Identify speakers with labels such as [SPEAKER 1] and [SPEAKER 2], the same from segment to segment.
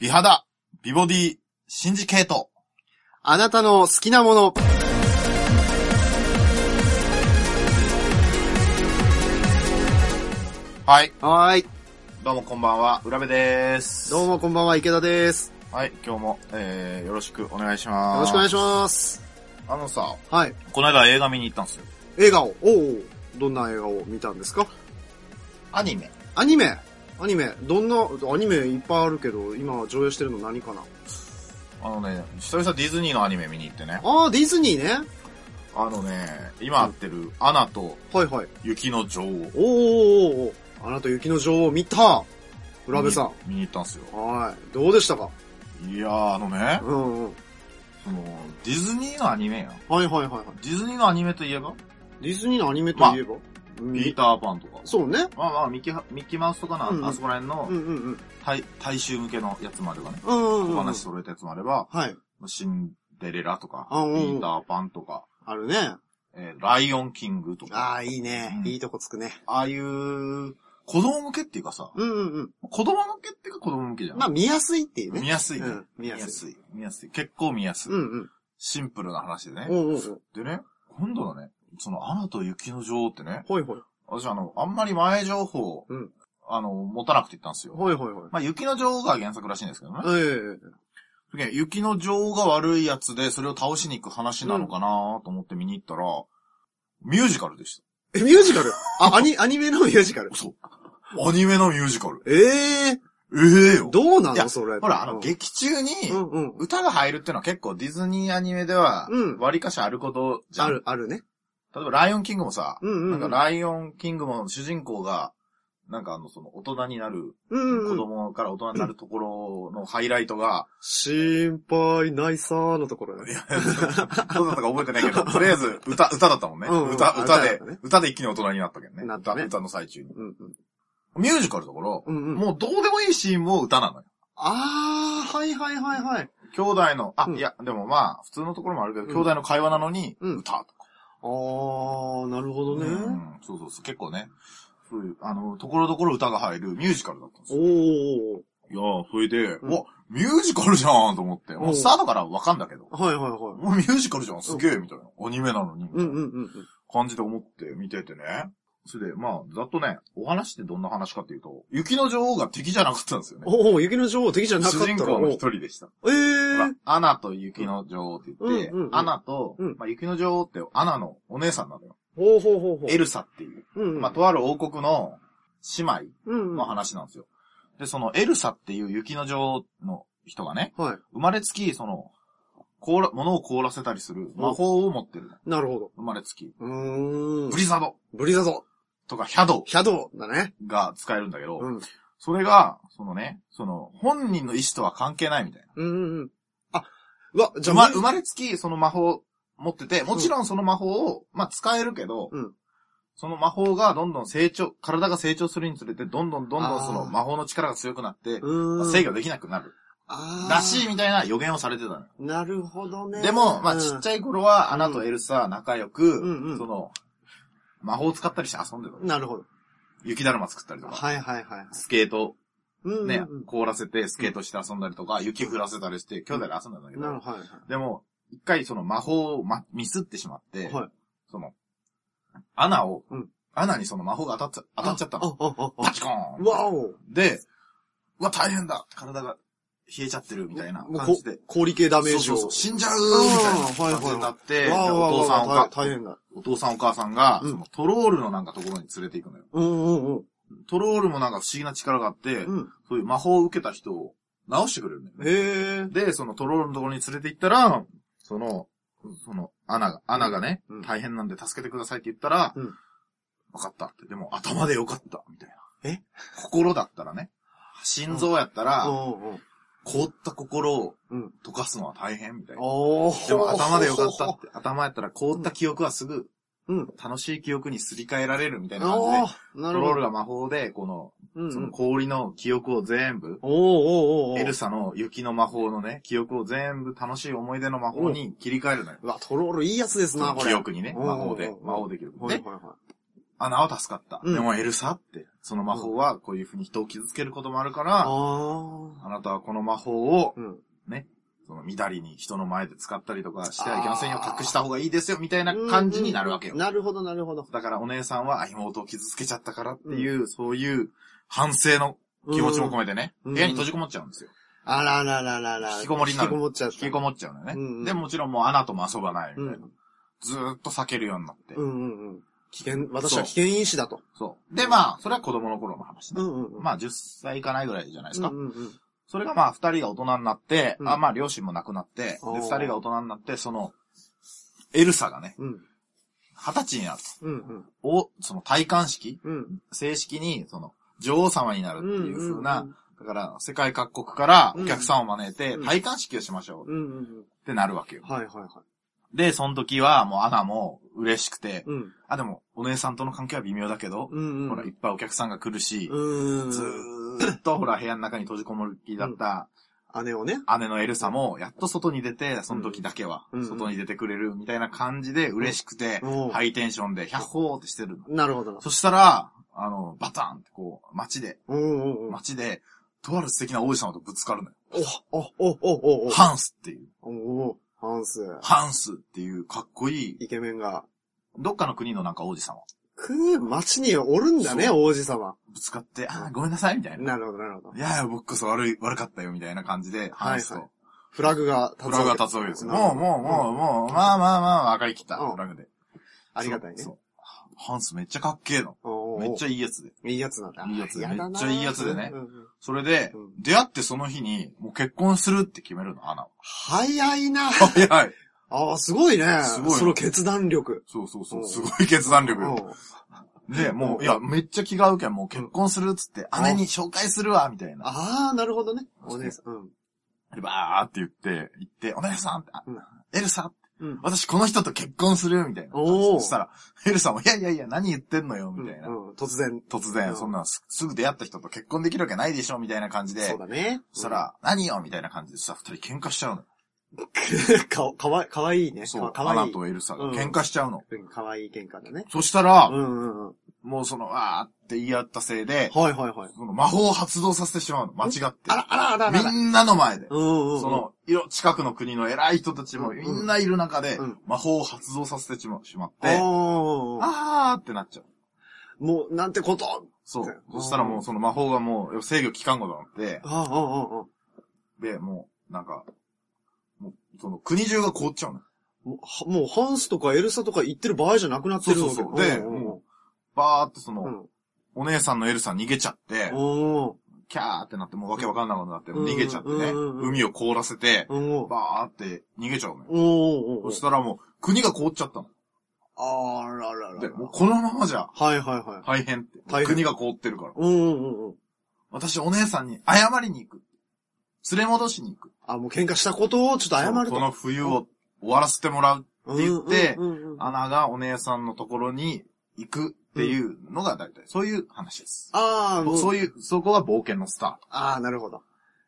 [SPEAKER 1] 美肌、美ボディ、シンジケート。
[SPEAKER 2] あなたの好きなもの。
[SPEAKER 1] はい。
[SPEAKER 2] はーい。
[SPEAKER 1] どうもこんばんは、浦部です。
[SPEAKER 2] どう
[SPEAKER 1] も。
[SPEAKER 2] もこんばんは、池田です。
[SPEAKER 1] はい、今日も、えー、よろしくお願いします。
[SPEAKER 2] よろしくお願い
[SPEAKER 1] し
[SPEAKER 2] します。
[SPEAKER 1] ます。あのさ、
[SPEAKER 2] はい。
[SPEAKER 1] この間映画見に行ったんですよ。
[SPEAKER 2] 映画を、おうおうどんな映画を見たんですか
[SPEAKER 1] アニメ。
[SPEAKER 2] アニメアニメ、どんな、アニメいっぱいあるけど、今上映してるの何かな
[SPEAKER 1] あのね、久々ディズニーのアニメ見に行ってね。
[SPEAKER 2] あー、ディズニーね。
[SPEAKER 1] あのね、今会ってる、アナと
[SPEAKER 2] はいはい。
[SPEAKER 1] 雪の女王。
[SPEAKER 2] おうおうおうおうあなた雪の女王見た浦部さん。
[SPEAKER 1] 見に見に行ったんですよ。
[SPEAKER 2] はい。どうでしたか
[SPEAKER 1] いやー、あのね、
[SPEAKER 2] うんうん。
[SPEAKER 1] その、ディズニーのアニメや。
[SPEAKER 2] はいはいはいはい。
[SPEAKER 1] ディズニーのアニメといえば、
[SPEAKER 2] ディズニーのアニメといえば、うん
[SPEAKER 1] ピーターパンとか。
[SPEAKER 2] そうね。
[SPEAKER 1] まあまあ、ミッキーハミッキーマウスとかの、
[SPEAKER 2] うんうん
[SPEAKER 1] あそこら辺の
[SPEAKER 2] うんうんうん。
[SPEAKER 1] 大、大衆向けのやつもあればね。
[SPEAKER 2] うんうんう
[SPEAKER 1] 小
[SPEAKER 2] んうん。
[SPEAKER 1] 話揃えたやつもあれば、
[SPEAKER 2] はい。
[SPEAKER 1] シンデレラとか、ピ
[SPEAKER 2] あうん
[SPEAKER 1] ーターパンとか、
[SPEAKER 2] あるね。
[SPEAKER 1] えーライオンキングとか、
[SPEAKER 2] ああ、いいね。
[SPEAKER 1] うん
[SPEAKER 2] いいとこつくね。
[SPEAKER 1] ああいう、子供向けっていうかさ、
[SPEAKER 2] うんうんうん。
[SPEAKER 1] 子供向けっていうか子供向けじゃん。
[SPEAKER 2] まあ、見やすいっていうね。
[SPEAKER 1] 見やすいね、
[SPEAKER 2] うん見やすい
[SPEAKER 1] い。見やすい。結構見やすい。
[SPEAKER 2] うんうん。
[SPEAKER 1] シンプルな話でね。
[SPEAKER 2] おうおう
[SPEAKER 1] でね、今度はね、その、アナと雪の女王ってね、
[SPEAKER 2] おう。はいはい。
[SPEAKER 1] 私あの、あんまり前情報、
[SPEAKER 2] うん
[SPEAKER 1] あの、持たなくて行ったんですよ。
[SPEAKER 2] はいはいはい。
[SPEAKER 1] まあ、雪の女王が原作らしいんですけどね。
[SPEAKER 2] ええ
[SPEAKER 1] で雪の女王が悪いやつで、それを倒しに行く話なのかなと思って見に行ったら、ミュージカルでし
[SPEAKER 2] え、ミュージカルあ、アニ、アニメのミュージカル
[SPEAKER 1] た。。そう。アニメのミュージカル。
[SPEAKER 2] ええ
[SPEAKER 1] ええよ。
[SPEAKER 2] どうない
[SPEAKER 1] や
[SPEAKER 2] のそれ。
[SPEAKER 1] ほら、あの、
[SPEAKER 2] うん
[SPEAKER 1] 劇中に、
[SPEAKER 2] うんうん。
[SPEAKER 1] 歌が入るってのは結構ディズニーアニメでは
[SPEAKER 2] うん、
[SPEAKER 1] 割かしあることじゃん。
[SPEAKER 2] ある、あるね。
[SPEAKER 1] 例えば、ライオンキングもさ、
[SPEAKER 2] うんうんう。
[SPEAKER 1] なんんかライオンキングも主人公が、なんかあの、その、大人になる、
[SPEAKER 2] うん
[SPEAKER 1] 子
[SPEAKER 2] うん。
[SPEAKER 1] 供から大人になるところのハイライトが、
[SPEAKER 2] 心配ないさーのところだね。
[SPEAKER 1] どうだったか覚えてない けど、とりあえず、歌、歌だったもんね。
[SPEAKER 2] うんうん
[SPEAKER 1] 歌、歌で
[SPEAKER 2] 歌だったね、
[SPEAKER 1] 歌で一気に大人になったけどね。
[SPEAKER 2] なったね
[SPEAKER 1] 歌歌の最中に。
[SPEAKER 2] うんうん。
[SPEAKER 1] ミュージカルだから、も
[SPEAKER 2] うんうん。
[SPEAKER 1] うどうでもいいシーンも歌なのよ。
[SPEAKER 2] あー、はいはいはいはい。
[SPEAKER 1] 兄弟の、あ、
[SPEAKER 2] うん
[SPEAKER 1] いや、でもまあ、普通のところもあるけど、
[SPEAKER 2] ん
[SPEAKER 1] 兄弟の会話なのに、
[SPEAKER 2] うん
[SPEAKER 1] 歌とか。
[SPEAKER 2] あー、なるほどね。
[SPEAKER 1] うんそうそうそう、結構ね。そういう、あの、ところどころ歌が入るミュージカルだったんですよ。
[SPEAKER 2] おー。
[SPEAKER 1] いやー、それで、
[SPEAKER 2] うん
[SPEAKER 1] うわ、ミュージカルじゃんと思って、もうスタートからわかんだけど、
[SPEAKER 2] はいはいはい。
[SPEAKER 1] もうミュージカルじゃん、すげえみたいな。アニメなのに、みたいな
[SPEAKER 2] うんうんうんうん。
[SPEAKER 1] 感じで思って見ててね。それで、まあ、ざっとね、お話ってどんな話かっていうと、雪の女王が敵じゃなかったんですよね。
[SPEAKER 2] おお、雪の女王敵じゃなかっ
[SPEAKER 1] 主
[SPEAKER 2] たら
[SPEAKER 1] 人公の一人でした。
[SPEAKER 2] おう
[SPEAKER 1] ほ
[SPEAKER 2] ええ
[SPEAKER 1] らアナと雪の女王って言って、
[SPEAKER 2] うんうんうん
[SPEAKER 1] アナと、
[SPEAKER 2] うん
[SPEAKER 1] まあ、雪の女王ってアナのお姉さんなのよ。
[SPEAKER 2] ほうほうほうほう。
[SPEAKER 1] エルサっていう、
[SPEAKER 2] うんうん。
[SPEAKER 1] まあ、とある王国の姉妹
[SPEAKER 2] うんうん。
[SPEAKER 1] の話なんですよ。で、そのエルサっていう雪の女王の人がね、
[SPEAKER 2] は
[SPEAKER 1] 生まれつき、その、凍ら、物を凍らせたりする魔法を持ってるの。
[SPEAKER 2] い。なるほど。
[SPEAKER 1] 生まれつき。
[SPEAKER 2] うーん。
[SPEAKER 1] ブリザード
[SPEAKER 2] ブリザード。
[SPEAKER 1] とかヒャド
[SPEAKER 2] ヒャドウだね。
[SPEAKER 1] が使えるんだけど、
[SPEAKER 2] うん。うん
[SPEAKER 1] それが、そのね、その、本人の意思とは関係ないみたいな。
[SPEAKER 2] うんうん。あ、うわ、じゃ
[SPEAKER 1] 生
[SPEAKER 2] あ、
[SPEAKER 1] ま
[SPEAKER 2] み
[SPEAKER 1] 生まれつき、その魔法持ってて、もちろんその魔法を、まあ、使えるけど、
[SPEAKER 2] うん
[SPEAKER 1] その魔法がどんどん成長、体が成長するにつれて、どんどんどんど
[SPEAKER 2] あー
[SPEAKER 1] んその魔法の力が強くなって、
[SPEAKER 2] う
[SPEAKER 1] まあ
[SPEAKER 2] ーん。
[SPEAKER 1] 制御できなくなる。
[SPEAKER 2] あー
[SPEAKER 1] らしい。みたいな予言をされてたのよ。
[SPEAKER 2] なるほどね。
[SPEAKER 1] でも、まあ、ちっちゃ
[SPEAKER 2] ゃ
[SPEAKER 1] い頃は、アナとエルサ仲良く、
[SPEAKER 2] うんうん
[SPEAKER 1] その、魔法を使ったりして遊んでたの。
[SPEAKER 2] なるほど。
[SPEAKER 1] 雪だるま作ったりとか、
[SPEAKER 2] はいはいはい。
[SPEAKER 1] スケート
[SPEAKER 2] うんうんうん。
[SPEAKER 1] ね、凍らせてスケートして遊んだりとか、雪降らせたりして、兄弟で遊んだんだけど、
[SPEAKER 2] なるほど。はいは
[SPEAKER 1] でも、一回その魔法を、ま、ミスってしまって、
[SPEAKER 2] い。はい。
[SPEAKER 1] その、穴を、
[SPEAKER 2] うん
[SPEAKER 1] 穴にその魔法が当たっちゃ、当たっちゃった
[SPEAKER 2] あ
[SPEAKER 1] の。
[SPEAKER 2] あ、あ、あ。
[SPEAKER 1] バチコーン
[SPEAKER 2] わお。
[SPEAKER 1] で、うわ、大変だ体が冷えちゃってるみたいな
[SPEAKER 2] もう
[SPEAKER 1] 感じで。
[SPEAKER 2] 氷系ダメージ
[SPEAKER 1] そう
[SPEAKER 2] を。
[SPEAKER 1] そうそう死んじゃうみたい
[SPEAKER 2] あー
[SPEAKER 1] な感じになって、で
[SPEAKER 2] わあわあ
[SPEAKER 1] お父さんお
[SPEAKER 2] わあ
[SPEAKER 1] か
[SPEAKER 2] 大大変だ。
[SPEAKER 1] お父さんお母さんが、
[SPEAKER 2] うん
[SPEAKER 1] そのトロールのなんかところに連れて行くのよ。
[SPEAKER 2] うんうんうん。
[SPEAKER 1] トロールもなんか不思議な力があって、
[SPEAKER 2] うん。
[SPEAKER 1] そういう魔法を受けた人を治してくれるのよね。
[SPEAKER 2] へえ。
[SPEAKER 1] で、そのトロールのところに連れて行ったら、その、その、アナが、アナがね、
[SPEAKER 2] うん
[SPEAKER 1] 大変なんで助けてくださいって言ったら、
[SPEAKER 2] うん
[SPEAKER 1] 分かったって。でも、頭でよかった、みたいな。
[SPEAKER 2] え
[SPEAKER 1] 心だったらね。心臓やったら、
[SPEAKER 2] うんうん。
[SPEAKER 1] 凍った心を
[SPEAKER 2] うん
[SPEAKER 1] 溶かすのは大変、みたいな。
[SPEAKER 2] おー
[SPEAKER 1] でも、頭でよかったって。頭やったら、凍った記憶はすぐ、
[SPEAKER 2] うん。
[SPEAKER 1] 楽しい記憶にすり替えられる、みたいな感じ
[SPEAKER 2] お
[SPEAKER 1] で。
[SPEAKER 2] ー
[SPEAKER 1] トロ
[SPEAKER 2] なる
[SPEAKER 1] ー
[SPEAKER 2] ほ
[SPEAKER 1] ル
[SPEAKER 2] ど。
[SPEAKER 1] が魔法で、この、
[SPEAKER 2] うんうん
[SPEAKER 1] その氷の記憶を全部、
[SPEAKER 2] おーおーおーおー
[SPEAKER 1] エルサの雪の魔法のね、記憶を全部楽しい思い出の魔法に切り替えるのよ。
[SPEAKER 2] うわ、トロールいいやつですな、これ。
[SPEAKER 1] 記憶にね、
[SPEAKER 2] うん
[SPEAKER 1] 魔法で
[SPEAKER 2] う、ん
[SPEAKER 1] 魔法できる。
[SPEAKER 2] はい
[SPEAKER 1] で
[SPEAKER 2] はい、はい。
[SPEAKER 1] 穴は助かった。
[SPEAKER 2] うん
[SPEAKER 1] でもエルサって、その魔法はこういう風に人を傷つけることもあるから、
[SPEAKER 2] あ
[SPEAKER 1] あなたはこの魔法を
[SPEAKER 2] う、ん。
[SPEAKER 1] その、みだりに人の前で使ったりとかしてはいけませんよ
[SPEAKER 2] あ、ー
[SPEAKER 1] 隠した方がいいですよ、みたいな感じになるわけよ。
[SPEAKER 2] なるほど、なるほど。
[SPEAKER 1] だからお姉さんはあ妹を傷つけちゃったからっていう、そういう反省の気持ちも込
[SPEAKER 2] め
[SPEAKER 1] めてね、
[SPEAKER 2] うん
[SPEAKER 1] 部屋に閉じこもっちゃうんですよ。
[SPEAKER 2] あららららら。
[SPEAKER 1] 引きこもりになる
[SPEAKER 2] 引きこもっちゃった。
[SPEAKER 1] 引きこもっちゃうのよね。
[SPEAKER 2] うんうん
[SPEAKER 1] で、もちろんもうアナとも遊ばないみた
[SPEAKER 2] う
[SPEAKER 1] いな。
[SPEAKER 2] ん。
[SPEAKER 1] ずーっと避けるようになって。
[SPEAKER 2] うんうんうん。危険、私は危険因子だと。
[SPEAKER 1] そう。で、まあ、それは子供の頃の話ね。
[SPEAKER 2] んうんうん。
[SPEAKER 1] まあ、10歳いかないぐらいじゃないですか。
[SPEAKER 2] うんうんうん。
[SPEAKER 1] それがまあ、二人が大人になって、
[SPEAKER 2] うん
[SPEAKER 1] あまあ、両親も亡くなって、で、
[SPEAKER 2] おー
[SPEAKER 1] 二人が大人になって、その、エルサがね、
[SPEAKER 2] うん
[SPEAKER 1] 二十歳になった。
[SPEAKER 2] うん
[SPEAKER 1] を、その戴冠式、
[SPEAKER 2] うん。うん。
[SPEAKER 1] 正式に、その、女王様になるっていう風な、
[SPEAKER 2] ん
[SPEAKER 1] だから、世界各国からお客さんを招いて、
[SPEAKER 2] うん
[SPEAKER 1] 戴冠式をしましょう
[SPEAKER 2] うんうんうん。
[SPEAKER 1] ってなるわけよ。
[SPEAKER 2] はいはいはい。
[SPEAKER 1] で、その時は、もうアナも嬉しくて、
[SPEAKER 2] うん。
[SPEAKER 1] あ、でも、お姉さんとの関係は微妙だけど、
[SPEAKER 2] うんうん。
[SPEAKER 1] ほら、いっぱいお客さんが来るし、
[SPEAKER 2] うん。
[SPEAKER 1] ずーっとほら、部屋の中に閉じこもりだった
[SPEAKER 2] 姉をね。
[SPEAKER 1] 姉のエルサも、やっと外に出て、その時だけは
[SPEAKER 2] う、ん
[SPEAKER 1] 外に出てくれるみたいな感じで嬉しくて
[SPEAKER 2] うんおう、
[SPEAKER 1] ハイテンションで、百歩ってしてるの。
[SPEAKER 2] なるほどな。
[SPEAKER 1] そしたら、あの、バタンってこう、街で、
[SPEAKER 2] おおお
[SPEAKER 1] 街で、とある素敵な王子様とぶつかるのよ。
[SPEAKER 2] おおおおお
[SPEAKER 1] ハンスっていう。
[SPEAKER 2] おおハンス。
[SPEAKER 1] ハンスっていうかっこいい、
[SPEAKER 2] イケメンが。
[SPEAKER 1] どっかの国のなんか王子様。
[SPEAKER 2] くー、街におるんだね、王子様。
[SPEAKER 1] ぶつかって、あー、ごめんなさい、みたいな。
[SPEAKER 2] なるほど、なるほど
[SPEAKER 1] い。やいや、僕こそ悪い、悪かったよ、みたいな感じで、ハンス
[SPEAKER 2] はいは
[SPEAKER 1] と
[SPEAKER 2] フラグが
[SPEAKER 1] フ
[SPEAKER 2] 立
[SPEAKER 1] ラグが立つわけですよ。もうもうもう
[SPEAKER 2] う。
[SPEAKER 1] もう、まあまあまあ、分かりきった、
[SPEAKER 2] うん
[SPEAKER 1] フラグで。
[SPEAKER 2] ありがたいね
[SPEAKER 1] そ。う。そうハンスめっちゃかっけえの。めっち
[SPEAKER 2] ゃ
[SPEAKER 1] ゃいいやつで。
[SPEAKER 2] いいやつなんだ。
[SPEAKER 1] いいやつで
[SPEAKER 2] やだな
[SPEAKER 1] めっちゃいいやつでね
[SPEAKER 2] うんうんうん
[SPEAKER 1] それで
[SPEAKER 2] う、
[SPEAKER 1] 出会ってその日に、もう結婚するって決めるの、ア ナは。
[SPEAKER 2] 早いな。
[SPEAKER 1] はいはい。
[SPEAKER 2] ああ、すごいね。
[SPEAKER 1] すごい
[SPEAKER 2] その決断力。
[SPEAKER 1] そうそうそうう。
[SPEAKER 2] ん
[SPEAKER 1] すごい決断力
[SPEAKER 2] うん
[SPEAKER 1] よ。で、も
[SPEAKER 2] う
[SPEAKER 1] う、
[SPEAKER 2] ん
[SPEAKER 1] いや、めっちゃ気が合うけん、もう結婚するっつって、
[SPEAKER 2] うん
[SPEAKER 1] 姉に紹介するわ、みたいな。
[SPEAKER 2] ああ、なるほどね。お姉さん。うん。
[SPEAKER 1] で、ばーって言って、行って、お姉さんって、あ
[SPEAKER 2] うん
[SPEAKER 1] エルサ、
[SPEAKER 2] うん。
[SPEAKER 1] 私この人と結婚するみたいな。
[SPEAKER 2] おー
[SPEAKER 1] そしたら、エルサも、いやいやいや、何言ってんのよみたいな。
[SPEAKER 2] うん。突然。
[SPEAKER 1] 突
[SPEAKER 2] うん
[SPEAKER 1] 然、そんなす、すぐ出会った人と結婚できるわけないでしょみたいな感じで。
[SPEAKER 2] そうだね。
[SPEAKER 1] そしたら、何よみたいな感じでさ、二人喧嘩しちゃうの。
[SPEAKER 2] うん、 か、かわい、かわいいね。
[SPEAKER 1] そう、
[SPEAKER 2] か
[SPEAKER 1] ア
[SPEAKER 2] わ
[SPEAKER 1] ナ
[SPEAKER 2] いい。
[SPEAKER 1] とエルサ
[SPEAKER 2] う
[SPEAKER 1] が
[SPEAKER 2] ん
[SPEAKER 1] 喧嘩しちゃうの。
[SPEAKER 2] うんかわいい喧嘩だね。
[SPEAKER 1] そしたら
[SPEAKER 2] う、んうんうん。
[SPEAKER 1] もうその、あーって言い合ったせいで、
[SPEAKER 2] はいはいはい。
[SPEAKER 1] その魔法を発動させてしまうの。間違って
[SPEAKER 2] あ。らあらあらあら。
[SPEAKER 1] みんなの前で。
[SPEAKER 2] うんうんうん。
[SPEAKER 1] そ、の、いろ、近くの国の偉い人たちも
[SPEAKER 2] うん
[SPEAKER 1] みんないる中で
[SPEAKER 2] うん、
[SPEAKER 1] 魔法を発動させてしましまっ
[SPEAKER 2] あ
[SPEAKER 1] て、
[SPEAKER 2] あ。
[SPEAKER 1] あーってなっちゃう。
[SPEAKER 2] もう、なんてこと
[SPEAKER 1] そ
[SPEAKER 2] そう
[SPEAKER 1] う。そしたらもうその魔法がもう制御期間後となって、
[SPEAKER 2] ああ、ああ、ああ。
[SPEAKER 1] で、もう、なんか、もう、その国中が凍っちゃうの。
[SPEAKER 2] もうは、もうハンスとかエルサとか言ってる場合じゃなくなってるわけ
[SPEAKER 1] そうそうそうで
[SPEAKER 2] ん
[SPEAKER 1] バーってその、
[SPEAKER 2] うん。
[SPEAKER 1] お姉さんのエルさん逃げちゃって、
[SPEAKER 2] お
[SPEAKER 1] キャーってなって、もうわけわかんなくなって、もう逃げちゃってね、
[SPEAKER 2] うんうんうんうん
[SPEAKER 1] 海を凍らせて、
[SPEAKER 2] おおお
[SPEAKER 1] バーって逃げちゃうのよ。
[SPEAKER 2] お
[SPEAKER 1] そしたらもう、国が凍っちゃったの。
[SPEAKER 2] あららら
[SPEAKER 1] で、
[SPEAKER 2] ら。
[SPEAKER 1] もうこのままじゃ、
[SPEAKER 2] はいはいはい。
[SPEAKER 1] 大変って。
[SPEAKER 2] 大変
[SPEAKER 1] 国が凍ってるから。
[SPEAKER 2] うんうんうん。
[SPEAKER 1] 私お姉さんに謝りに行く。連れ戻しに行く。
[SPEAKER 2] あ、もう喧嘩したことをちょっと謝る。
[SPEAKER 1] そうことの冬を終わらせてもらう。って言って
[SPEAKER 2] うんうんうんうんあ
[SPEAKER 1] アナがお姉さんのところに行くっていうのが大体、そういう話です。
[SPEAKER 2] あ、もう、
[SPEAKER 1] そういう、そこが冒険のスタ
[SPEAKER 2] ああ、なるほど。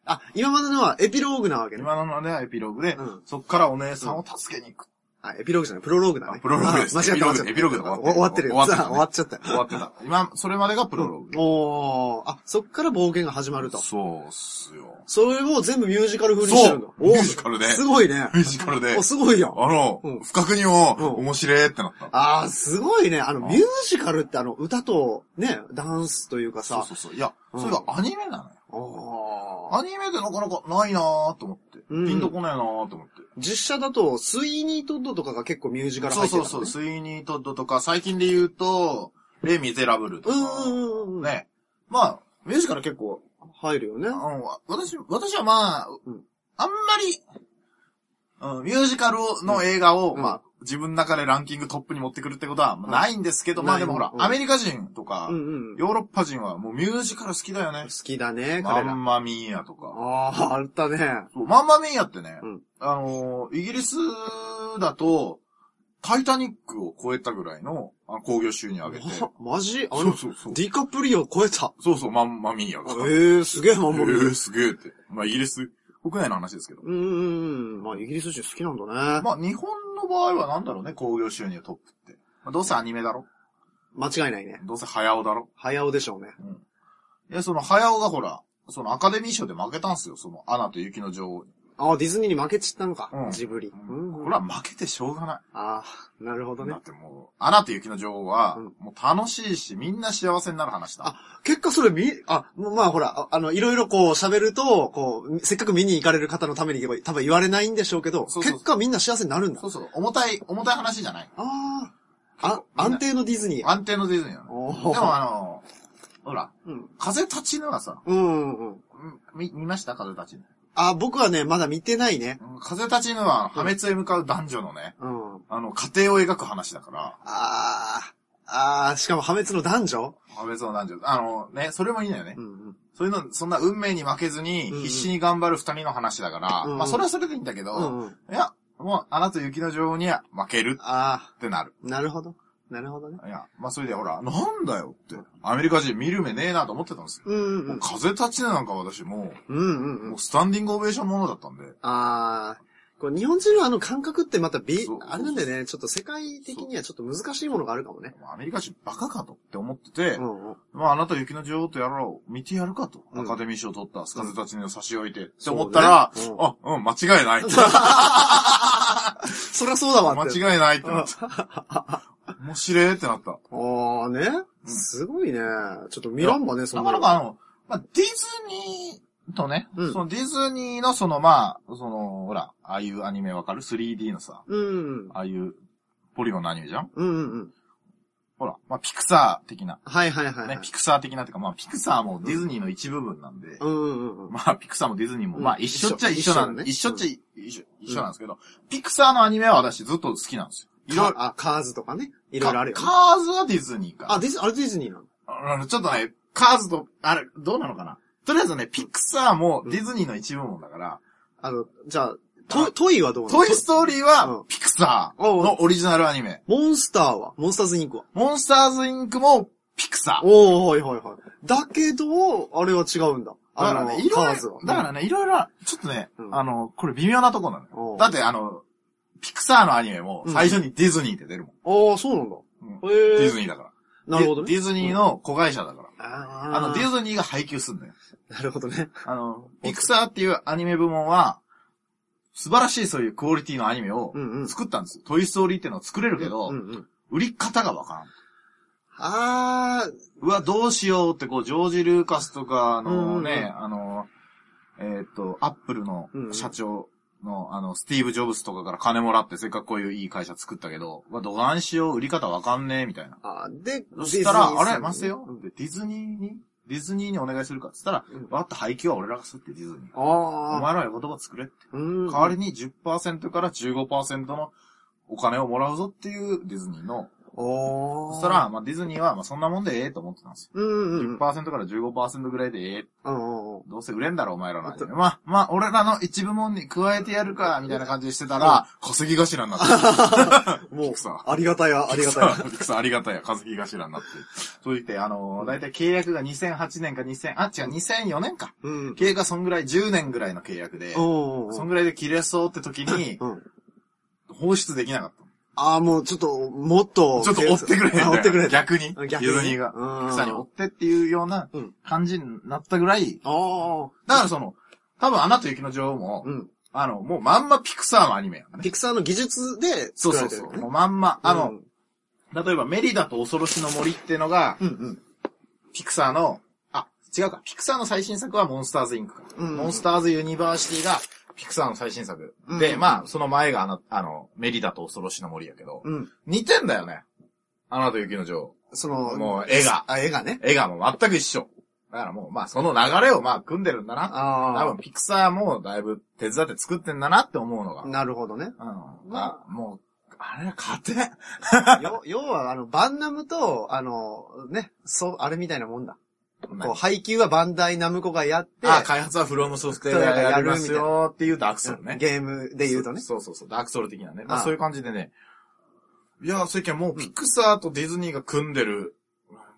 [SPEAKER 2] あ、今までのはエピローグなわ
[SPEAKER 1] ー
[SPEAKER 2] け
[SPEAKER 1] ト。
[SPEAKER 2] ね。
[SPEAKER 1] 今のね、エピローグで、
[SPEAKER 2] うん
[SPEAKER 1] そこからお姉さんを助けに行く。
[SPEAKER 2] あ、エピローグじゃない、プロローグだね。
[SPEAKER 1] あプロローグです
[SPEAKER 2] あ間違った、間違った。
[SPEAKER 1] エピローグエピローグ
[SPEAKER 2] お終わってるよ。
[SPEAKER 1] 終わってる
[SPEAKER 2] さあ終わっちゃったよ。
[SPEAKER 1] 終わってた。今、それまでがプロローグ。
[SPEAKER 2] おー。あ、そっから冒険が始まると。
[SPEAKER 1] そうっすよ。
[SPEAKER 2] それを全部ミュージカル風にしてるんだ。
[SPEAKER 1] そう
[SPEAKER 2] おー
[SPEAKER 1] ミュージカルです
[SPEAKER 2] ごいね。
[SPEAKER 1] ミュージカルで
[SPEAKER 2] お、、すごいよ。
[SPEAKER 1] あの、
[SPEAKER 2] うん
[SPEAKER 1] 不覚にも、
[SPEAKER 2] うん
[SPEAKER 1] 面白いってなった。
[SPEAKER 2] あー、すごいね。あの、
[SPEAKER 1] あ
[SPEAKER 2] ミュージカルってあの、歌と、ね、ダンスというか
[SPEAKER 1] そう
[SPEAKER 2] さ。
[SPEAKER 1] そうそう。いや、
[SPEAKER 2] うん
[SPEAKER 1] それがアニメなのよ。
[SPEAKER 2] おー
[SPEAKER 1] アニメでなかなかないなーと思って。
[SPEAKER 2] うん
[SPEAKER 1] ピンとこないなーと思って。
[SPEAKER 2] 実写だと、スイーニートッドとかが結構ミュージカル
[SPEAKER 1] そう
[SPEAKER 2] 入ってた
[SPEAKER 1] そ
[SPEAKER 2] の
[SPEAKER 1] う
[SPEAKER 2] ね。
[SPEAKER 1] そう、スイーニートッドとか、最近で言うと、レ・ミゼラブルとか、
[SPEAKER 2] うんうんうんうん。。
[SPEAKER 1] ね。まあ、ミュージカル結構、
[SPEAKER 2] 入るよね
[SPEAKER 1] う。ん、わ私、私はまあ、
[SPEAKER 2] うん
[SPEAKER 1] あんまり、うん、ミュージカルの映画を、
[SPEAKER 2] うん
[SPEAKER 1] まあ、自分の中でランキングトップに持ってくるってことは、まあ
[SPEAKER 2] うん
[SPEAKER 1] ないんですけど、まあでもほら
[SPEAKER 2] な、いうん
[SPEAKER 1] アメリカ人とか、
[SPEAKER 2] うんうん。
[SPEAKER 1] ヨーロッパ人はもうミュージカル好きだよね
[SPEAKER 2] 好。きだね、
[SPEAKER 1] マ
[SPEAKER 2] 彼ら。
[SPEAKER 1] ンマミーアとか。
[SPEAKER 2] ああ、あったね。
[SPEAKER 1] そうマンマミーアってね、
[SPEAKER 2] うん
[SPEAKER 1] あのーイギリスだと、タイタニックを超えたぐらいのあ興行収入を上げて。
[SPEAKER 2] あマジあ
[SPEAKER 1] そ
[SPEAKER 2] の
[SPEAKER 1] う、そうそう。
[SPEAKER 2] ディカプリオ超えた。
[SPEAKER 1] そうそう、マンマミーア
[SPEAKER 2] ええ
[SPEAKER 1] が。
[SPEAKER 2] ー、すげえ、マンモリ。
[SPEAKER 1] えーすげえって。まあ、イギリス、国内の話ですけど。
[SPEAKER 2] うんうんうん。まあ、イギリス人好きなんだね。
[SPEAKER 1] まあ、日本の場合はなんだろうね、興行収入トップって。まあ、どうせアニメだろ
[SPEAKER 2] 間違いないね。
[SPEAKER 1] どうせ早尾だろ
[SPEAKER 2] 早尾でしょうね。
[SPEAKER 1] え、その早尾がほら、そのアカデミー賞で負けたんすよ、そのアナと雪の女王に。
[SPEAKER 2] ああ、ディズニーに負けちったのか。
[SPEAKER 1] うん
[SPEAKER 2] ジブリ。うん
[SPEAKER 1] これは負けてしょうがない。
[SPEAKER 2] ああ、なるほどね
[SPEAKER 1] だっ。てもう、アナと雪の女王は、
[SPEAKER 2] うん
[SPEAKER 1] もう楽しいし、みんな幸せになる話だ。
[SPEAKER 2] 結果それ見、あ、もうまあほら、ああの、いろいろこう喋ると、こう、せっかく見に行かれる方のために言えば多分言われないんでしょうけど、
[SPEAKER 1] そうそう
[SPEAKER 2] 結果みんな幸せになるんだ
[SPEAKER 1] そ。うそう、重たい、重たい話じゃない。
[SPEAKER 2] ああ、あ、
[SPEAKER 1] みんな
[SPEAKER 2] 安定のディズニーや。
[SPEAKER 1] 安定のディズニーなの。
[SPEAKER 2] お
[SPEAKER 1] で
[SPEAKER 2] お
[SPEAKER 1] もあの、ほら、
[SPEAKER 2] うん。
[SPEAKER 1] 風立ちぬはさ、
[SPEAKER 2] うんうんうん。
[SPEAKER 1] ん見、見ました風立ちぬ。
[SPEAKER 2] あ、僕はね、まだ見てないね。
[SPEAKER 1] うん風立ちぬは破滅へ向かう男女のね、
[SPEAKER 2] うん。
[SPEAKER 1] あの、家庭を描く話だから、
[SPEAKER 2] ああ、ああ、しかも破滅の男女
[SPEAKER 1] 破滅の男女。あの、ね、それもいいんだよね
[SPEAKER 2] う。んうん。
[SPEAKER 1] そういうの、そんな運命に負けずに、
[SPEAKER 2] うんうん
[SPEAKER 1] 必死に頑張る二人の話だから、
[SPEAKER 2] うんうん
[SPEAKER 1] まあそれはそれでいいんだけど、
[SPEAKER 2] うんうん。
[SPEAKER 1] いや、もう、あなた雪の女王には負ける
[SPEAKER 2] あ
[SPEAKER 1] ってなる。
[SPEAKER 2] あ、なるほど。なるほどね。
[SPEAKER 1] いや、まあそれでほら、なんだよって、アメリカ人見る目ねえなと思ってたんですよ。
[SPEAKER 2] うんう。
[SPEAKER 1] もうん風立ちぬなんか私も
[SPEAKER 2] うんう
[SPEAKER 1] う、
[SPEAKER 2] んうん
[SPEAKER 1] もう。スタンディングオベーションものだったんで、
[SPEAKER 2] あーこう日本人のあの感覚ってまた美
[SPEAKER 1] そう、
[SPEAKER 2] あれなんだよね、ちょっと世界的にはちょっと難しいものがあるかもね。
[SPEAKER 1] アメリカ人バカかとって思ってて、
[SPEAKER 2] うんうん。
[SPEAKER 1] まああなた雪の女王とやろう、見てやるかと、
[SPEAKER 2] うん
[SPEAKER 1] アカデミー賞を取った風立ちぬを差し置いて、って
[SPEAKER 2] そうね
[SPEAKER 1] 思ったら、
[SPEAKER 2] うん
[SPEAKER 1] あ、うん、間違いない。
[SPEAKER 2] そりゃそうだわって。
[SPEAKER 1] 間違いないってなった。 面白いってなった。
[SPEAKER 2] ああね、
[SPEAKER 1] ん
[SPEAKER 2] すごいね。ちょっと見らんばね、そ
[SPEAKER 1] なんか
[SPEAKER 2] な
[SPEAKER 1] なか
[SPEAKER 2] の。
[SPEAKER 1] あの、まあ、ディズニーとね、
[SPEAKER 2] うん
[SPEAKER 1] そのディズニーのそのまあ、その、ほら、ああいうアニメわかる ?3D のさ、
[SPEAKER 2] うんうん。
[SPEAKER 1] ああいうポリゴンのアニメじゃん
[SPEAKER 2] うんうんうん。
[SPEAKER 1] ほら、まあ、ピクサー的な、
[SPEAKER 2] はいはいはいはい。
[SPEAKER 1] ね、ピクサー的なっていうか、まあ、ピクサーもディズニーの一部分なんで、
[SPEAKER 2] うんうんうん。
[SPEAKER 1] まあ、ピクサーもディズニーも、
[SPEAKER 2] うん
[SPEAKER 1] まあ、一緒っちゃ一緒なんで、一
[SPEAKER 2] 一
[SPEAKER 1] 緒
[SPEAKER 2] 緒
[SPEAKER 1] っ
[SPEAKER 2] だ
[SPEAKER 1] ちゃ
[SPEAKER 2] ね
[SPEAKER 1] 一緒、一緒なんですけど、ピクサーのアニメは私ずっと好きなんですよ。いろいろ、
[SPEAKER 2] あ、カーズとかね。いろいろあるよ、
[SPEAKER 1] カ
[SPEAKER 2] ね。
[SPEAKER 1] カーズはディズニーか。
[SPEAKER 2] あ、ディズ、あれディズニーなの
[SPEAKER 1] あのちょっとね、カーズと、あれ、どうなのかなとりあえずね、ピクサーもディズニーの一部門だから、
[SPEAKER 2] あの、じゃあ、トイトイはどうなの
[SPEAKER 1] トイストーリーは
[SPEAKER 2] うん
[SPEAKER 1] ピクサーのオリジナルアニメ。
[SPEAKER 2] モンスターはモンスターズインクは
[SPEAKER 1] モンスターズインクもピクサー。
[SPEAKER 2] おー、はいはいはい。だけど、あれは違うんだ。
[SPEAKER 1] だか
[SPEAKER 2] あ
[SPEAKER 1] ら
[SPEAKER 2] の、
[SPEAKER 1] ね、いろ
[SPEAKER 2] カー
[SPEAKER 1] い
[SPEAKER 2] ズ
[SPEAKER 1] ろ
[SPEAKER 2] は、。
[SPEAKER 1] だからね、いろいろ、ちょっとね
[SPEAKER 2] う、ん
[SPEAKER 1] あの、これ微妙なとこなの
[SPEAKER 2] お
[SPEAKER 1] よ。
[SPEAKER 2] う
[SPEAKER 1] だってあの、ピクサーのアニメも最初にディズニーって出るもん。
[SPEAKER 2] ああ、そうなんだ。
[SPEAKER 1] うん
[SPEAKER 2] へえ。
[SPEAKER 1] ディズニーだから。
[SPEAKER 2] なるほど
[SPEAKER 1] ディ
[SPEAKER 2] ね。
[SPEAKER 1] ディズニーの子会社だから。
[SPEAKER 2] あー
[SPEAKER 1] あの、ディズニーが配給すんだよ。
[SPEAKER 2] なるほどね。
[SPEAKER 1] あの、ピクサーっていうアニメ部門は、素晴らしいそういうクオリティのアニメを
[SPEAKER 2] うんうん
[SPEAKER 1] 作ったんですよ。トイストーリーっていうのを作れるけど、
[SPEAKER 2] うんうん。
[SPEAKER 1] 売り方がわからん。
[SPEAKER 2] あ
[SPEAKER 1] うわ、どうしようって、こう、ジョージ・ルーカスとか、あの
[SPEAKER 2] うんうんう
[SPEAKER 1] ね、あの、えーっと、アップルの
[SPEAKER 2] うんうん
[SPEAKER 1] 社長の、あの、スティーブ・ジョブズとかから金もらって、せっかくこういういい会社作ったけど、うわ、どがんしよう、売り方わかんねえ、みたいな。
[SPEAKER 2] ーあー、で、
[SPEAKER 1] そしたら、
[SPEAKER 2] ディズニーさん
[SPEAKER 1] あれ、待せよ、でディズニーにディズニーにお願いするかっつったら、
[SPEAKER 2] うん
[SPEAKER 1] わかった、配給は俺らがすって、ディズニー。お
[SPEAKER 2] ああ。
[SPEAKER 1] 前らは言葉作れって。
[SPEAKER 2] うん。
[SPEAKER 1] 代わりに10%から15%のお金をもらうぞっていうディズニーの。
[SPEAKER 2] おー
[SPEAKER 1] そした、ら、まあ、ディズニーは、まあ、そんなもんでええと思ってたんですよ。
[SPEAKER 2] うんうんうん。
[SPEAKER 1] 10%から15%ぐらいでええ。
[SPEAKER 2] うんうんうん
[SPEAKER 1] どうせ売れんだろ、お前らのアニメ。まあ、まあ、俺らの一部門に加えてやるか、みたいな感じでしてたら、稼ぎ頭になって
[SPEAKER 2] もう
[SPEAKER 1] クサー、
[SPEAKER 2] ありがたや、ありがたや。
[SPEAKER 1] い。ピクサーありがたいや、稼ぎ頭になって。そう言って、あのー、だいたい契約が2008年か2000、あ、違う、2004年か。
[SPEAKER 2] うん。
[SPEAKER 1] 契約がそんぐらい、10年ぐらいの契約で、
[SPEAKER 2] お
[SPEAKER 1] そ
[SPEAKER 2] ー
[SPEAKER 1] んぐらいで切れそうって時に、
[SPEAKER 2] うん。
[SPEAKER 1] 放出できなかった。
[SPEAKER 2] ああ、もうちょっと、もっと。
[SPEAKER 1] ちょっと追ってくれみたい
[SPEAKER 2] あ
[SPEAKER 1] な。
[SPEAKER 2] 追ってくれ。
[SPEAKER 1] 逆に。デ
[SPEAKER 2] 逆
[SPEAKER 1] ィズニーが。
[SPEAKER 2] うん
[SPEAKER 1] 草に追ってっていうような
[SPEAKER 2] うん
[SPEAKER 1] 感じになったぐらい。
[SPEAKER 2] あ
[SPEAKER 1] だからその、多分アナと雪の女王も
[SPEAKER 2] あ。、うん。
[SPEAKER 1] あの、もうまんまピクサーのアニメやんね。
[SPEAKER 2] ピクサーの技術で
[SPEAKER 1] そう
[SPEAKER 2] 作
[SPEAKER 1] そう
[SPEAKER 2] られてる
[SPEAKER 1] そ
[SPEAKER 2] よ
[SPEAKER 1] う。
[SPEAKER 2] ね。
[SPEAKER 1] もうまんま。あの、
[SPEAKER 2] う
[SPEAKER 1] 例えばメリダと恐ろしの森ってのが、
[SPEAKER 2] んうん。
[SPEAKER 1] ピクサーの、あ、違うか。ピクサーの最新作はモンスターズインクか。
[SPEAKER 2] うん
[SPEAKER 1] モンスターズユニバーシティがピクサーの最新作。
[SPEAKER 2] うん
[SPEAKER 1] で、まあ、その前があの、あの、メリダと恐ろしの森やけど、
[SPEAKER 2] うん。
[SPEAKER 1] 似てんだよね。アナと雪の女王。
[SPEAKER 2] その、
[SPEAKER 1] もう絵が
[SPEAKER 2] あ、絵がね。
[SPEAKER 1] 映画も全く一緒。だからもう、まあ、その流れをまあ、組んでるんだな。多
[SPEAKER 2] あ
[SPEAKER 1] 分、ピクサーもだいぶ手伝って作ってんだなって思うのが。
[SPEAKER 2] あ。
[SPEAKER 1] うん。
[SPEAKER 2] なるほ どね。
[SPEAKER 1] まあ、もう、あれは勝てん。
[SPEAKER 2] よ要は、あの、バンナムと、あの、ね、そう、あれみたいなもんだ。こう、配給はバンダイナムコがやって、
[SPEAKER 1] あ、開発はフロムソフトウェアやりますよっていうダークソウルね。
[SPEAKER 2] ゲームで言うとね。
[SPEAKER 1] そうそうそう、ダークソウル的なね。まあ、
[SPEAKER 2] ああ
[SPEAKER 1] そういう感じでね。いや、最近もう、ピクサーとディズニーが組んでる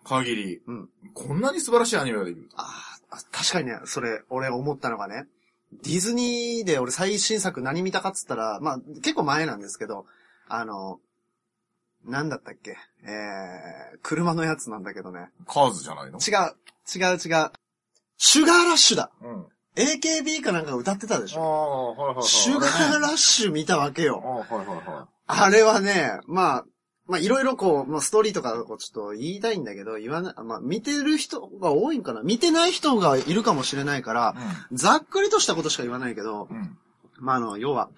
[SPEAKER 1] 限り、
[SPEAKER 2] うん
[SPEAKER 1] こんなに素晴らしいアニメができると。
[SPEAKER 2] あーあ、確かにね、それ、俺思ったのがね、ディズニーで俺最新作何見たかっつったら、まあ、結構前なんですけど、あの、なんだったっけえー、車のやつなんだけどね。
[SPEAKER 1] カーズじゃないの
[SPEAKER 2] 違う、違う違う。シュガーラッシュだ
[SPEAKER 1] うん。
[SPEAKER 2] !AKB かなんか歌ってたでし
[SPEAKER 1] あ
[SPEAKER 2] ょ
[SPEAKER 1] あ、はいはいはい。
[SPEAKER 2] シュガーラッシュ見たわけ
[SPEAKER 1] あ
[SPEAKER 2] よ。
[SPEAKER 1] あ、はいはいは
[SPEAKER 2] あれはね、まあ、まあいろいろこう、まあストーリーとかこうちょっと言いたいんだけど、言わな、まあ見てる人が多いんかな見てない人がいるかもしれないから、
[SPEAKER 1] い。
[SPEAKER 2] ざっくりとしたことしか言わないけど、
[SPEAKER 1] うん。うん。
[SPEAKER 2] まああの、要は、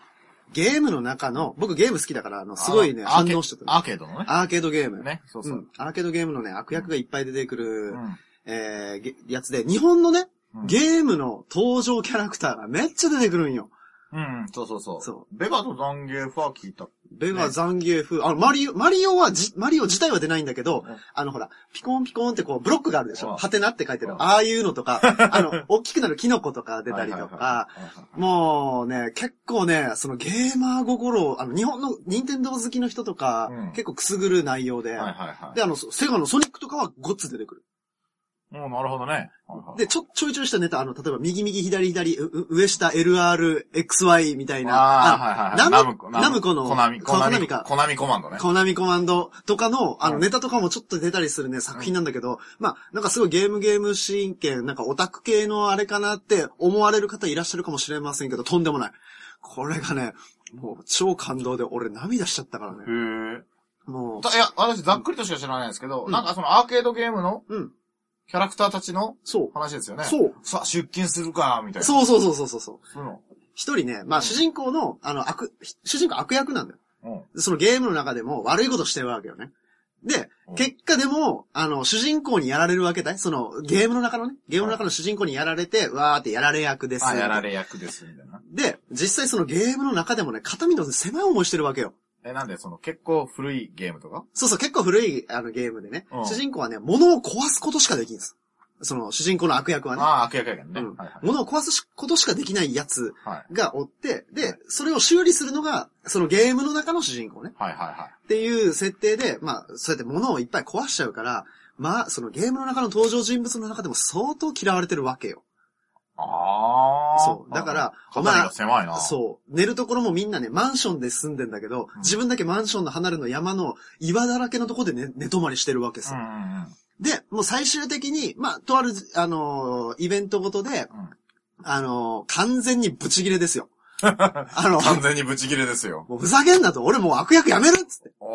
[SPEAKER 2] ゲームの中の、僕ゲーム好きだから、あの、すごいね、反応してくる。
[SPEAKER 1] アーケードのね。
[SPEAKER 2] アーケードゲーム。
[SPEAKER 1] ね、そうそうう。
[SPEAKER 2] ん。アーケードゲームのね、悪役がいっぱい出てくる、
[SPEAKER 1] うん。
[SPEAKER 2] えーげ、やつで、日本のね、
[SPEAKER 1] うん
[SPEAKER 2] ゲームの登場キャラクターがめっちゃ出てくるんよ。
[SPEAKER 1] うん、そうそうそう。
[SPEAKER 2] そ
[SPEAKER 1] ベガとザンゲーフは聞いた。
[SPEAKER 2] ベガ、
[SPEAKER 1] ね
[SPEAKER 2] ザンギエフ、あの、マリオ、マリオはじ、マリオ自体は出ないんだけど、
[SPEAKER 1] うん
[SPEAKER 2] あの、ほら、ピコンピコンってこう、ブロックがあるでし
[SPEAKER 1] う
[SPEAKER 2] ょ
[SPEAKER 1] ん
[SPEAKER 2] ハテナって書いてる
[SPEAKER 1] う。ん
[SPEAKER 2] ああいうのと か、あの、大きくなるキノコとか出たりとか、
[SPEAKER 1] はいはいはいはい。
[SPEAKER 2] もうね、結構ね、そのゲーマー心を、あの、日本の、任天堂好きの人とか、
[SPEAKER 1] うん
[SPEAKER 2] 結構くすぐる内容で、
[SPEAKER 1] はいはいはい。
[SPEAKER 2] で、あの、セガのソニックとかはごっつ出てくる。
[SPEAKER 1] もうなるほどね。はいはい
[SPEAKER 2] で、ちょ、ちょいちょいしたネタ、あの、例えば、右右左左、うう上下 LRXY みたいな、あ
[SPEAKER 1] ああ、はいはいはい。
[SPEAKER 2] ナム
[SPEAKER 1] ナ
[SPEAKER 2] ナ
[SPEAKER 1] ム
[SPEAKER 2] ム
[SPEAKER 1] コ
[SPEAKER 2] コ
[SPEAKER 1] の。
[SPEAKER 2] の
[SPEAKER 1] コナミ、
[SPEAKER 2] そう
[SPEAKER 1] コナ
[SPEAKER 2] コナ
[SPEAKER 1] ミ
[SPEAKER 2] ミか
[SPEAKER 1] コナミコマンドね。
[SPEAKER 2] コナミコマンドとかの、あ
[SPEAKER 1] う
[SPEAKER 2] の、
[SPEAKER 1] ん
[SPEAKER 2] ネタとかもちょっと出たりするね、作品なんだけど、まあ、なんかすごいゲームゲーム神経、なんかオタク系のあれかなって思われる方いらっしゃるかもしれませんけど、とんでもない。これがね、もう超感動で俺涙しちゃったからね。
[SPEAKER 1] へえ。
[SPEAKER 2] も
[SPEAKER 1] たいや、私ざっくりとしか知らないんですけど、
[SPEAKER 2] うん
[SPEAKER 1] なんかそのアーケードゲームの
[SPEAKER 2] う、うん、
[SPEAKER 1] キャラクターたちの
[SPEAKER 2] そ
[SPEAKER 1] 話ですよ
[SPEAKER 2] う、
[SPEAKER 1] ね。
[SPEAKER 2] そう、
[SPEAKER 1] さあ、出勤するか、みたいな。う。
[SPEAKER 2] そうそうそうそうそうそう。
[SPEAKER 1] そういうの。
[SPEAKER 2] 一人ね、まあ主人公の、あの、悪、主人公悪役なんだよ。
[SPEAKER 1] うん。
[SPEAKER 2] そのゲームの中でも悪いことしてるわけよね。で
[SPEAKER 1] うん、
[SPEAKER 2] 結果でも、あの、主人公にやられるわけだいその、ゲームの中のね、ゲームの中の主人公にやられて、わーってやられ役です。
[SPEAKER 1] あ、やられ役です、みたいな。
[SPEAKER 2] で、実際そのゲームの中でもね、片身の狭い思いしてるわけよ。
[SPEAKER 1] え、なんで、その結構古いゲームとか
[SPEAKER 2] そうそう、結構古いあのゲームでね、
[SPEAKER 1] うん
[SPEAKER 2] 主人公はね、物を壊すことしかできんです。その、主人公の悪役はね、
[SPEAKER 1] ああ、悪役やけどね。
[SPEAKER 2] うん
[SPEAKER 1] はいはい。
[SPEAKER 2] 物を壊すことしかできないやつ
[SPEAKER 1] はい。
[SPEAKER 2] がおって、
[SPEAKER 1] は
[SPEAKER 2] で
[SPEAKER 1] い、
[SPEAKER 2] それを修理するのが、そのゲームの中の主人公ね。
[SPEAKER 1] はいはいは
[SPEAKER 2] っていう設定で、まあ、そうやって物をいっぱい壊しちゃうから、まあ、そのゲームの中の登場人物の中でも相当嫌われてるわけよ。
[SPEAKER 1] い。ああ。
[SPEAKER 2] そう。だから、
[SPEAKER 1] かなり
[SPEAKER 2] ま
[SPEAKER 1] が狭いな。
[SPEAKER 2] あ、
[SPEAKER 1] う。
[SPEAKER 2] そう。寝るところもみんなね、マンションで住んでんだけど、
[SPEAKER 1] うん
[SPEAKER 2] 自分だけマンションの離れの山の岩だらけのところで寝寝泊まりしてるわけさ。
[SPEAKER 1] んうんうん。
[SPEAKER 2] で、もう最終的に、まあ、とある、あのーイベントごとで、
[SPEAKER 1] うん
[SPEAKER 2] あのー完全にブチギレで すよ。あの、
[SPEAKER 1] 完全にブチギレです よ。
[SPEAKER 2] もうふざけんなと、俺もう悪役やめるっつって。
[SPEAKER 1] ああ。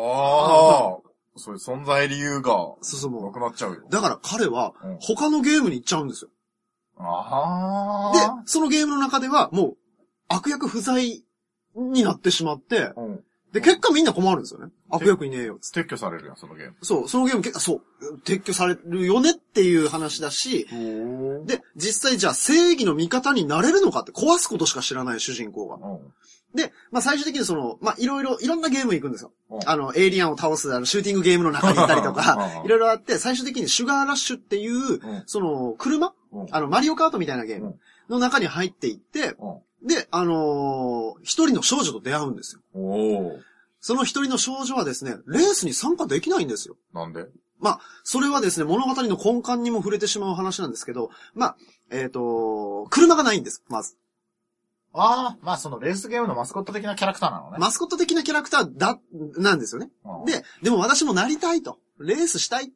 [SPEAKER 1] そういう存在理由が、
[SPEAKER 2] そうそう、
[SPEAKER 1] な
[SPEAKER 2] も
[SPEAKER 1] くなっちゃうよ
[SPEAKER 2] う。。だから彼は
[SPEAKER 1] うん、
[SPEAKER 2] 他のゲームに行っちゃうんですよ。
[SPEAKER 1] あ
[SPEAKER 2] で
[SPEAKER 1] あ。、
[SPEAKER 2] そのゲームの中では、もう、悪役不在になってしまって、
[SPEAKER 1] うん。
[SPEAKER 2] で、結果みんな困るんですよね。悪役いねえよ、つって。
[SPEAKER 1] 撤去されるやん、そのゲーム。
[SPEAKER 2] そう、そのゲーム結果、そう、撤去されるよねっていう話だし、
[SPEAKER 1] お
[SPEAKER 2] で、実際じゃあ正義の味方になれるのかって壊すことしか知らない主人公が。で、まあ最終的にその、まあいろいろ、いろんなゲーム行くんですよ
[SPEAKER 1] うん。
[SPEAKER 2] あの、エイリアンを倒す、あの、シューティングゲームの中にいたりとか
[SPEAKER 1] う、ん
[SPEAKER 2] いろいろあって、最終的にシュガーラッシュっていう、
[SPEAKER 1] うん
[SPEAKER 2] その、車
[SPEAKER 1] うん。
[SPEAKER 2] あの、マリオカートみたいなゲームの中に入っていって、
[SPEAKER 1] うん
[SPEAKER 2] で、あのー一人の少女と出会うんですよ。
[SPEAKER 1] おお。
[SPEAKER 2] その一人の少女はですね、レースに参加できないんですよ。
[SPEAKER 1] なんで
[SPEAKER 2] それはですね、物語の根幹にも触れてしまう話なんですけど、まあ、えっ、と、車がないんです、まず。
[SPEAKER 1] ああ、まあそのレースゲームのマスコット的なキャラクターなのね。
[SPEAKER 2] マスコット的なキャラクターだ、なんですよね。
[SPEAKER 1] うん、
[SPEAKER 2] で、でも私もなりたいと。レースしたいっ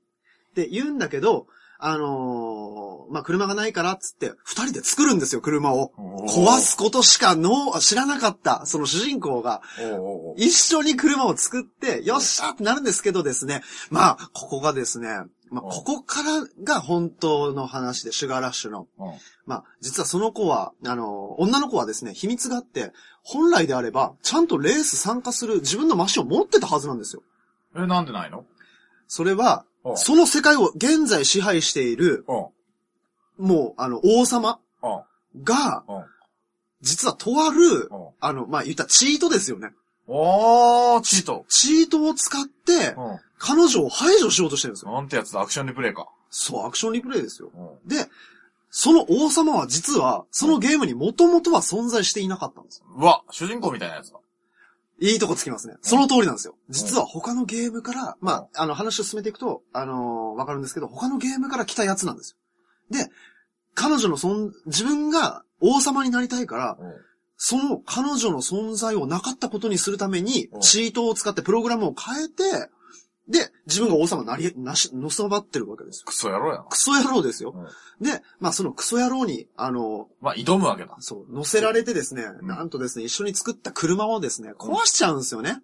[SPEAKER 2] て言うんだけど、あのーまあ、車がないからっつって、二人で作るんですよ、車を。壊
[SPEAKER 1] 壊。
[SPEAKER 2] すことしかの、知らなかった、その主人公が、
[SPEAKER 1] おーおー
[SPEAKER 2] 一緒に車を作って、よっしゃってなるんですけどですね、まあ、ここがですね、まあ、
[SPEAKER 1] うん
[SPEAKER 2] ここからが本当の話で、シュガーラッシュの。
[SPEAKER 1] おー
[SPEAKER 2] まあ、実はその子は、あの、女の子はですね、秘密があって、本来であれば、ちゃんとレース参加する自分のマシンを持ってたはずなんですよ。
[SPEAKER 1] うん。え、なんでないの
[SPEAKER 2] それは
[SPEAKER 1] う、ん
[SPEAKER 2] その世界を現在支配している、
[SPEAKER 1] うん。
[SPEAKER 2] もう、あの、王様
[SPEAKER 1] うん。
[SPEAKER 2] が、
[SPEAKER 1] うん。
[SPEAKER 2] 実はとある、
[SPEAKER 1] うん。
[SPEAKER 2] あの、まあ、言ったらチートですよね。
[SPEAKER 1] おー、チート。
[SPEAKER 2] チートを使って、
[SPEAKER 1] う
[SPEAKER 2] 彼女を排除しようとしてるんですよ。
[SPEAKER 1] ん。なんてやつだ、アクションリプレイか。
[SPEAKER 2] そう、アクションリプレイですよ。
[SPEAKER 1] うん。
[SPEAKER 2] で、その王様は実は、そのゲームにもともとは存在していなかったんですよ。
[SPEAKER 1] うわ、主人公みたいなやつだ。
[SPEAKER 2] いいとこつきますね。その通りなんですよ。実は他のゲームから、まあ、あの話を進めていくと、あのーわかるんですけど、他のゲームから来たやつなんですよ。で、彼女のそん、自分が王様になりたいから、
[SPEAKER 1] うん。
[SPEAKER 2] その彼女の存在をなかったことにするために
[SPEAKER 1] う、ん
[SPEAKER 2] チートを使ってプログラムを変えて、で、自分が王様になり、なし、のさばってるわけですよ。
[SPEAKER 1] クソ野郎やな。
[SPEAKER 2] クソ野郎ですよ。
[SPEAKER 1] うん
[SPEAKER 2] で、まあそのクソ野郎に、あの、
[SPEAKER 1] まあ、挑むわけだ。
[SPEAKER 2] そう、乗せられてですね、
[SPEAKER 1] うん
[SPEAKER 2] なんとですね、一緒に作った車をですね、壊しちゃうんですよね。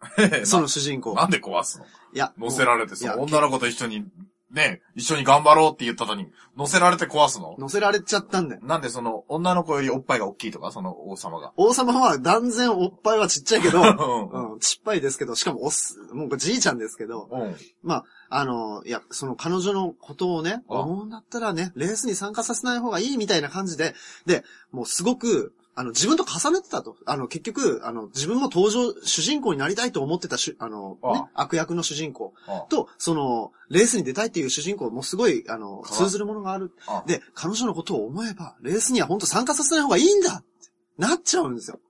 [SPEAKER 2] その主人公。
[SPEAKER 1] なんで壊すの
[SPEAKER 2] いや、
[SPEAKER 1] 乗せられて、その
[SPEAKER 2] もうい
[SPEAKER 1] 女の子と一緒に、ね、一緒に頑張ろうって言ったのに、乗せられて壊すの
[SPEAKER 2] 乗せられちゃったんで。
[SPEAKER 1] なんでその、女の子よりおっぱいが大きいとか、その王様が。
[SPEAKER 2] 王様は断然おっぱいはちっちゃ いけど、
[SPEAKER 1] う
[SPEAKER 2] うん、ちっぱいですけど、しかもおっす、もうこれじいちゃんですけど、
[SPEAKER 1] ん。うん。
[SPEAKER 2] まあ、あの、いや、その彼女のことをね、
[SPEAKER 1] あ
[SPEAKER 2] 思うんだったらね、レースに参加させない方がいいみたいな感じで、で、もうすごく、あの、自分と重ねてたと。あの、結局、あの、自分も登場、主人公になりたいと思ってたしゅ、あの、
[SPEAKER 1] あ
[SPEAKER 2] ね、悪役の主人公
[SPEAKER 1] あ
[SPEAKER 2] と、その、レースに出たいっていう主人公もすごい、あの、
[SPEAKER 1] かわ
[SPEAKER 2] 通ずるものがある。
[SPEAKER 1] あ
[SPEAKER 2] で、彼女のことを思えば、レースには本当参加させない方がいいんだってなっちゃうんですよ。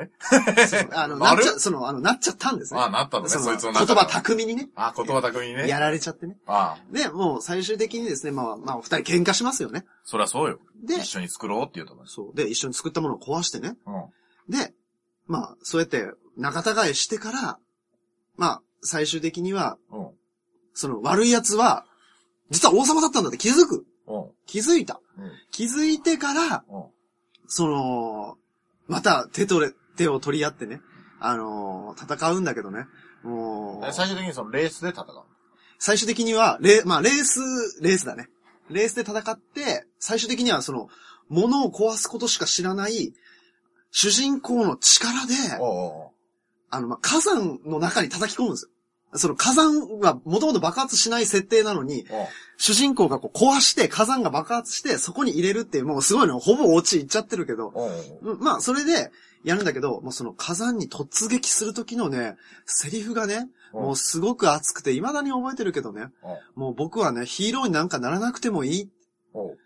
[SPEAKER 2] そう あの、な
[SPEAKER 1] な
[SPEAKER 2] っ
[SPEAKER 1] る
[SPEAKER 2] ちゃ、その、あの、なっちゃったんですね。
[SPEAKER 1] あなったのね、
[SPEAKER 2] その
[SPEAKER 1] そいつの
[SPEAKER 2] 言
[SPEAKER 1] 中た
[SPEAKER 2] 葉巧みにね、
[SPEAKER 1] あ、言葉巧みにね。
[SPEAKER 2] やられちゃってね。
[SPEAKER 1] ああ、
[SPEAKER 2] で、もう最終的にですね、まあ、まあ、お二人喧嘩しますよね。
[SPEAKER 1] そりゃそうよ。
[SPEAKER 2] で
[SPEAKER 1] 一、緒に作ろうって言うと思う
[SPEAKER 2] そう。で、一緒に作ったものを壊してね。
[SPEAKER 1] うん。
[SPEAKER 2] で、まあ、そうやって仲違いしてから、まあ、最終的には、
[SPEAKER 1] うん。
[SPEAKER 2] その悪い奴は、実は王様だったんだって気づく。
[SPEAKER 1] うん。
[SPEAKER 2] 気づいた。
[SPEAKER 1] うん。
[SPEAKER 2] 気づいてから、
[SPEAKER 1] うん。
[SPEAKER 2] その、また手とれ、手を取り合ってね、あのー戦うんだけどね、も
[SPEAKER 1] え
[SPEAKER 2] う、
[SPEAKER 1] 最終的にそのレースで戦う。
[SPEAKER 2] 最終的には、レー、まあ、レース、レースだね。レースで戦って、最終的にはその、物を壊すことしか知らない、主人公の力で、
[SPEAKER 1] おうおう
[SPEAKER 2] あの、まあ、火山の中に叩き込むんですよ。その火山がもともと爆発しない設定なのに、
[SPEAKER 1] おうおう
[SPEAKER 2] 主人公がこう壊して、火山が爆発して、そこに入れるっていう、もうすごいの、ほぼお家行っちゃってるけど、
[SPEAKER 1] おうおう
[SPEAKER 2] うんまあ、それで、やるんだけど、もうその火山に突撃する時のね、セリフがね、
[SPEAKER 1] うん
[SPEAKER 2] もうすごく熱くて、未だに覚えてるけどね、もう僕はね、ヒーローになんかならなくてもいい。
[SPEAKER 1] おう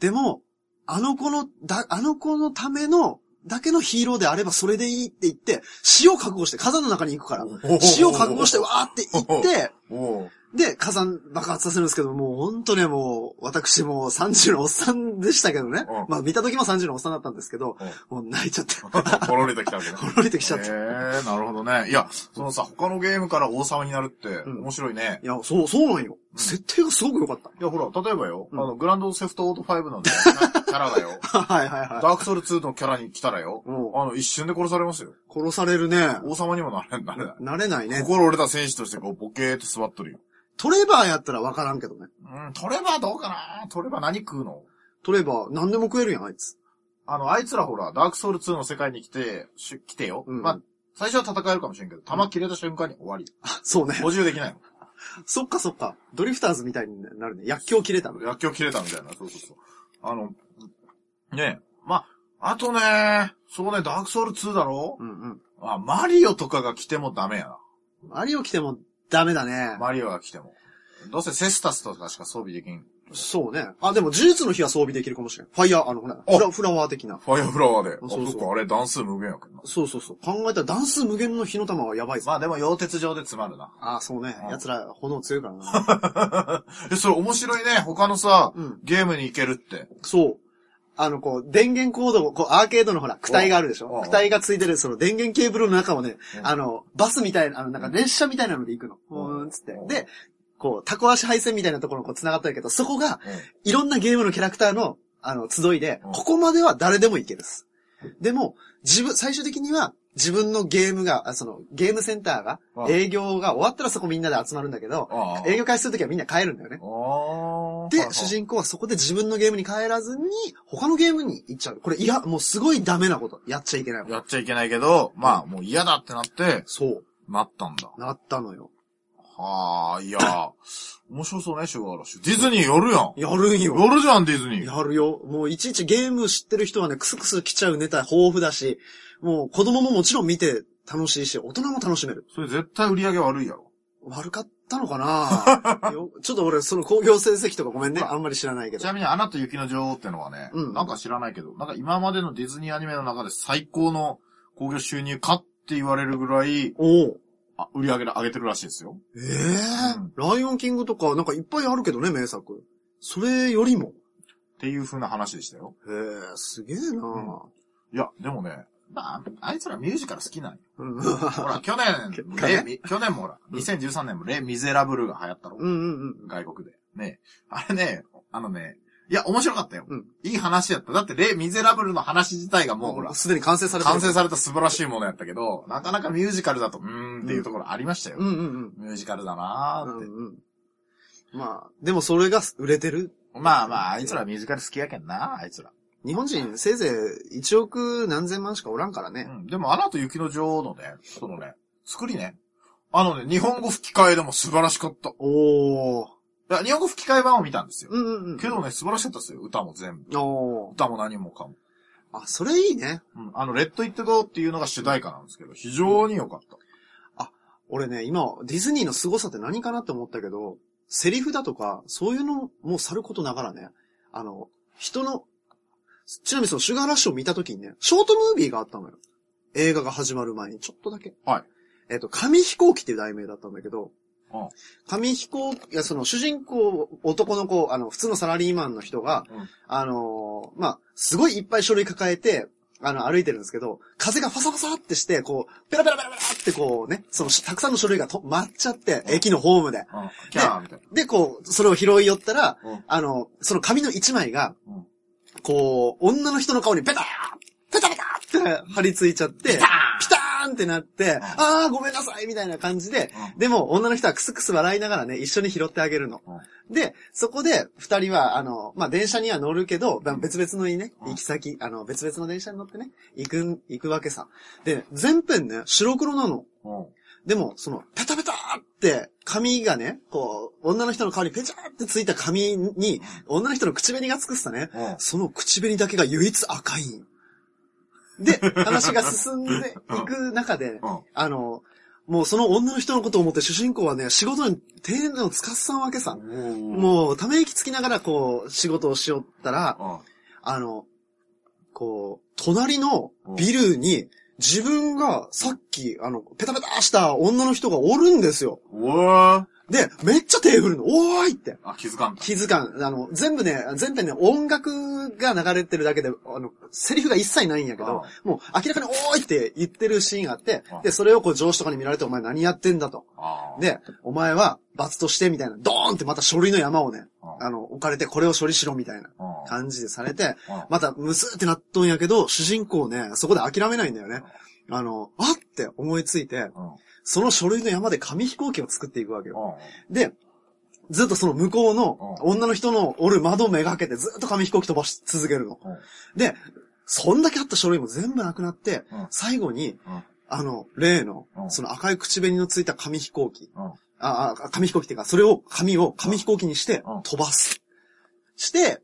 [SPEAKER 2] でも、あの子の、だ、あの子のための、だけのヒーローであればそれでいいって言って、死を覚悟して、火山の中に行くから、死を覚悟してわーって行って、
[SPEAKER 1] おう
[SPEAKER 2] で、火山爆発させるんですけど、もうほんとね、もう、私もう30のおっさんでしたけどね
[SPEAKER 1] うん。
[SPEAKER 2] まあ見た時も30のおっさんだったんですけど、もう泣いちゃって、
[SPEAKER 1] ポロリときたわけね。
[SPEAKER 2] ほろりときちゃっ
[SPEAKER 1] え
[SPEAKER 2] て。
[SPEAKER 1] ー、なるほどね。いや、そのさ、他のゲームから王様になるって、
[SPEAKER 2] ん
[SPEAKER 1] 面白いね。
[SPEAKER 2] いや、そう、そうなんよ。
[SPEAKER 1] ん
[SPEAKER 2] 設定がすごく良かった。
[SPEAKER 1] いや、ほら、例えばよ、
[SPEAKER 2] うん
[SPEAKER 1] あの、グランドセフトオート5なんだ よ。キャラだよ。
[SPEAKER 2] はいはいは
[SPEAKER 1] ダークソウル2のキャラに来たらよ
[SPEAKER 2] い。、も
[SPEAKER 1] あの、一瞬で殺されますよ。
[SPEAKER 2] う、殺されるね。
[SPEAKER 1] 王様にもなれ、なれない。
[SPEAKER 2] 慣れないね。
[SPEAKER 1] 心折れた戦士としてこう、ボケーって座っとるよ。
[SPEAKER 2] トレバーやったらわからんけどね。
[SPEAKER 1] うん、取ればどうかな取れば何食うの
[SPEAKER 2] 取れば何でも食えるやん、あいつ。
[SPEAKER 1] あの、あいつらほら、ダークソウル2の世界に来て、し来てよ。
[SPEAKER 2] うん
[SPEAKER 1] まあ、最初は戦えるかもしれんけど、弾切れた瞬間に終 わり。
[SPEAKER 2] そうね。
[SPEAKER 1] 補充できない
[SPEAKER 2] そっかそっか。ドリフターズみたいになるね。薬莢切れたの
[SPEAKER 1] の。。薬莢切れたみたいな。そうそうそう。あの、ねえ。まあ、あとねそうね、ダークソウル2だろ
[SPEAKER 2] うんうん。
[SPEAKER 1] あ、マリオとかが来てもダメや
[SPEAKER 2] マリオ来てもダメだね
[SPEAKER 1] な。。マリオが来ても。どうせセスタスとかしか装備できん。
[SPEAKER 2] そうね。あ、でも呪術の日は装備できるかもしれん。ファイヤー、あの、ほら、フラフラワー的な。
[SPEAKER 1] ファイアフラワーで。あ、
[SPEAKER 2] そうそう
[SPEAKER 1] そっか、あれ、段数無限やけどな。
[SPEAKER 2] そうそうそう。考えたらダンス無限の火の玉はやばいぞ。
[SPEAKER 1] まあでも、溶鉄上で詰まるな。
[SPEAKER 2] ああ、そうね
[SPEAKER 1] う。ん
[SPEAKER 2] 奴ら炎強いから な。
[SPEAKER 1] え、それ面白いね。他のさ、
[SPEAKER 2] うん
[SPEAKER 1] ゲームに行けるって。
[SPEAKER 2] そう。あの、こう、電源コードを、こう、アーケードのほら、躯体があるでし
[SPEAKER 1] おうお
[SPEAKER 2] ょ
[SPEAKER 1] う
[SPEAKER 2] 躯体がついてる、その電源ケーブルの中をね、
[SPEAKER 1] うん
[SPEAKER 2] あの、バスみたいな、あの、なんか列車みたいなので行くの。う
[SPEAKER 1] うん
[SPEAKER 2] ーん、つって
[SPEAKER 1] う。ん
[SPEAKER 2] で、こう、タコ足配線みたいなところにこう繋がってるけど、そこが、いろんなゲームのキャラクターの、あの、集いで、
[SPEAKER 1] うん
[SPEAKER 2] ここまでは誰でもいけるです。でも、自分、最終的には、自分のゲームが、あその、ゲームセンターが
[SPEAKER 1] う、ん
[SPEAKER 2] 営業が終わったらそこみんなで集まるんだけど、
[SPEAKER 1] ああ。
[SPEAKER 2] 営業開始するときはみんな帰るんだよね。
[SPEAKER 1] ああ。
[SPEAKER 2] で、主人公はそこで自分のゲームに帰らずに、他のゲームに行っちゃう。これ、いや、もうすごいダメなこと。やっちゃいけないこと。
[SPEAKER 1] やっちゃいけないけど、まあ、もう嫌だってなって、
[SPEAKER 2] そう。
[SPEAKER 1] なったんだ。
[SPEAKER 2] なったのよ。
[SPEAKER 1] はあ、いやー、面白そうね、シュガーラッシュ。ディズニー寄るやん。
[SPEAKER 2] やるんよ。
[SPEAKER 1] 寄るじゃん、ディズニー。
[SPEAKER 2] やるよ。もういちいちゲーム知ってる人はね、クスクス来ちゃうネタ豊富だし、もう子供ももちろん見て楽しいし、大人も楽しめる。
[SPEAKER 1] それ絶対売り上げ悪いやろ。
[SPEAKER 2] 悪かったのか なよちょっと俺、その工業成績とかごめんね。あんまり知らないけ
[SPEAKER 1] ち
[SPEAKER 2] ど。
[SPEAKER 1] なみに、アナと雪の女王ってのはね、
[SPEAKER 2] うん
[SPEAKER 1] なんか知らないけど、なんか今までのディズニーアニメの中で最高の興行収入かって言われるぐらい、
[SPEAKER 2] おう
[SPEAKER 1] あ売り上げ上げてるらしいですよ。
[SPEAKER 2] ええライオンキングとかなんかいっぱいあるけどね、名作。それよりも。
[SPEAKER 1] っていう風な話でしたよ。
[SPEAKER 2] へえ、すげえなぁ。
[SPEAKER 1] いや、でもね、まあ、あいつらミュージカル好きなんよ。
[SPEAKER 2] うん。うん
[SPEAKER 1] ほら、去年
[SPEAKER 2] 結、果ね
[SPEAKER 1] レ、み去年もほら、2013年もレ・ミゼラブルが流行ったろ。
[SPEAKER 2] うんうん。
[SPEAKER 1] 外国で。ね。あれね、あのね、いや、面白かったよ。
[SPEAKER 2] うん
[SPEAKER 1] いい話やった。だって、レ・ミゼラブルの話自体がもうほら
[SPEAKER 2] もう、すでに完成されてる。
[SPEAKER 1] 完成された素晴らしいものやったけど、なかなかミュージカルだと、うーんっていうところありましたよ。
[SPEAKER 2] うんうん
[SPEAKER 1] ミュージカルだな
[SPEAKER 2] う
[SPEAKER 1] ー
[SPEAKER 2] ん。う
[SPEAKER 1] って。
[SPEAKER 2] んうん。まあ、でもそれが売れてる。
[SPEAKER 1] まあまあ、あいつらミュージカル好きやけんな、あいつら。
[SPEAKER 2] 日本人せいぜい1億何千万しかおらんから
[SPEAKER 1] う
[SPEAKER 2] ね。
[SPEAKER 1] ん。でも、アナと雪の女王のね、そのね、作りね。あのね、日本語吹き替えでも素晴らしかった。い
[SPEAKER 2] おー。
[SPEAKER 1] や、日本語吹き替え版を見たんですよ。
[SPEAKER 2] うんうんうん。
[SPEAKER 1] けどね、素晴らしかったですよ。歌も全部。
[SPEAKER 2] おー。
[SPEAKER 1] 歌も何もかも。
[SPEAKER 2] あ、それいいね。
[SPEAKER 1] うん。あの、レッド・イット・ゴーっていうのが主題歌なんですけど、非常に良かった。
[SPEAKER 2] 俺ね、今、ディズニーの凄さって何かなって思ったけど、セリフだとか、そういうのもさることながらね、あの、人の、ちなみにそのシュガーラッシュを見た時にね、ショートムービーがあったのよ。映画が始まる前に、ちょっとだけ。
[SPEAKER 1] はい。
[SPEAKER 2] えっ、と、紙飛行機っていう題名だったんだけど、
[SPEAKER 1] うん
[SPEAKER 2] 紙飛行機、いや、その主人公、男の子、あの、普通のサラリーマンの人が、
[SPEAKER 1] うん
[SPEAKER 2] あのーまあ、すごいいっぱい書類抱えて、あの、歩いてるんですけど、風がファサファサってして、こう、ペラペラペラペラってこうね、その、たくさんの書類がと舞っちゃって、
[SPEAKER 1] うん
[SPEAKER 2] 駅のホーム
[SPEAKER 1] う
[SPEAKER 2] で。
[SPEAKER 1] ん。キャーみたいな。
[SPEAKER 2] で、こう、それを拾い寄ったら、
[SPEAKER 1] うん
[SPEAKER 2] あの、その紙の一枚が、
[SPEAKER 1] うん
[SPEAKER 2] こう、女の人の顔にペターペタペタって貼り付いちゃって、ピ
[SPEAKER 1] ター
[SPEAKER 2] ターンってなって、あーごめんなさいみたいな感じで、
[SPEAKER 1] う
[SPEAKER 2] でも女の人はクスクス笑いながらね、一緒に拾ってあげるの。で、そこで、二人は、あの、まあ、電車には乗るけど、まあ別々のいいね、
[SPEAKER 1] うん
[SPEAKER 2] 行き先、あの、別々の電車に乗ってね、行くん、行くわけさ。で、全編ね、白黒なの。
[SPEAKER 1] うん。
[SPEAKER 2] でも、その、ペタペタって、髪がね、こう、女の人の顔にペチャーってついた髪に、女の人の口紅がつくっすたね。
[SPEAKER 1] うん。うん。
[SPEAKER 2] その口紅だけが唯一赤いん。で、話が進んでいく中で、
[SPEAKER 1] うん。
[SPEAKER 2] あの、もうその女の人のことを思って主人公はね、仕事に定年のつかすさんわけさ。
[SPEAKER 1] もう、
[SPEAKER 2] もう、ため息つきながらこう、仕事をしよったら、あの、こう、隣のビルに、自分がさっき、あの、ペタペタした女の人がおるんですよ。
[SPEAKER 1] うん。うわ
[SPEAKER 2] で、めっちゃ手振るの。おーいって。
[SPEAKER 1] ーあ、気づかんか。
[SPEAKER 2] 気づかん。あの、全部ね、全編ね、音楽が流れてるだけで、あの、セリフが一切ないんやけど、もう明らかにおーいって言ってるシーンがあって
[SPEAKER 1] あ、
[SPEAKER 2] で、それをこう上司とかに見られて、お前何やってんだと。
[SPEAKER 1] あー、
[SPEAKER 2] で、お前は罰としてみたいな、ドーンってまた書類の山をね、
[SPEAKER 1] うん
[SPEAKER 2] あの、置かれてこれを処理しろみたいな
[SPEAKER 1] うん
[SPEAKER 2] 感じでされて、
[SPEAKER 1] うん
[SPEAKER 2] また、むずーってなっとんやけど、主人公ね、そこで諦めないんだよね。あの、あって思いついて、
[SPEAKER 1] うん。
[SPEAKER 2] その書類の山で紙飛行機を作っていくわけよ。
[SPEAKER 1] うん。
[SPEAKER 2] で、ずっとその向こうの
[SPEAKER 1] う
[SPEAKER 2] 女の人のおる窓をめがけてずっと紙飛行機飛ばし続けるの。
[SPEAKER 1] うん
[SPEAKER 2] で、そんだけあった書類も全部なくなって、
[SPEAKER 1] うん
[SPEAKER 2] 最後に、
[SPEAKER 1] うん
[SPEAKER 2] あの、例の
[SPEAKER 1] う、ん
[SPEAKER 2] その赤い口紅のついた紙飛行機、
[SPEAKER 1] うん
[SPEAKER 2] ああ、紙飛行機っていうか、それを、紙を紙飛行機にして
[SPEAKER 1] うん
[SPEAKER 2] 飛ばす。して、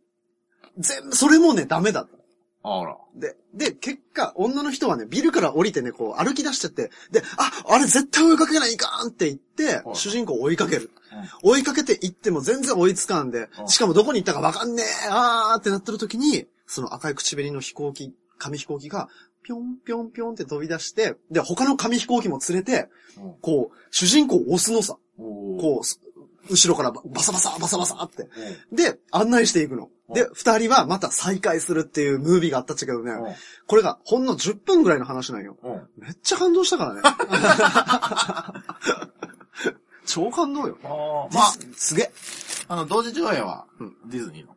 [SPEAKER 2] 全部、それもね、ダメだった。
[SPEAKER 1] あら。
[SPEAKER 2] で、で、結果、女の人はね、ビルから降りてね、こう、歩き出しちゃって、で、あ、あれ絶対追いかけないかんって言って、
[SPEAKER 1] はい
[SPEAKER 2] 主人公を追いかける。追いかけて行っても全然追いつかんで
[SPEAKER 1] う、ん
[SPEAKER 2] しかもどこに行ったかわかんねえ、あーってなってる時に、その赤い口紅の飛行機、紙飛行機が、ぴょんぴょんぴょんって飛び出して、で、他の紙飛行機も連れて、
[SPEAKER 1] うん
[SPEAKER 2] こう、主人公を押すのさ、
[SPEAKER 1] おー
[SPEAKER 2] こう、後ろからババサバサバサバサって。
[SPEAKER 1] うん。
[SPEAKER 2] で、案内していくの。で
[SPEAKER 1] う、
[SPEAKER 2] 二人はまた再会するっていうムービーがあったっちゃけどね、これがほんの10分ぐらいの話なんよ。
[SPEAKER 1] うん。うん。
[SPEAKER 2] めっちゃ感動したからね。超感動よ。
[SPEAKER 1] あー
[SPEAKER 2] ま
[SPEAKER 1] ま
[SPEAKER 2] あ
[SPEAKER 1] あ、、
[SPEAKER 2] すげえ。
[SPEAKER 1] あの、同時上映は
[SPEAKER 2] うん、
[SPEAKER 1] ディズニーの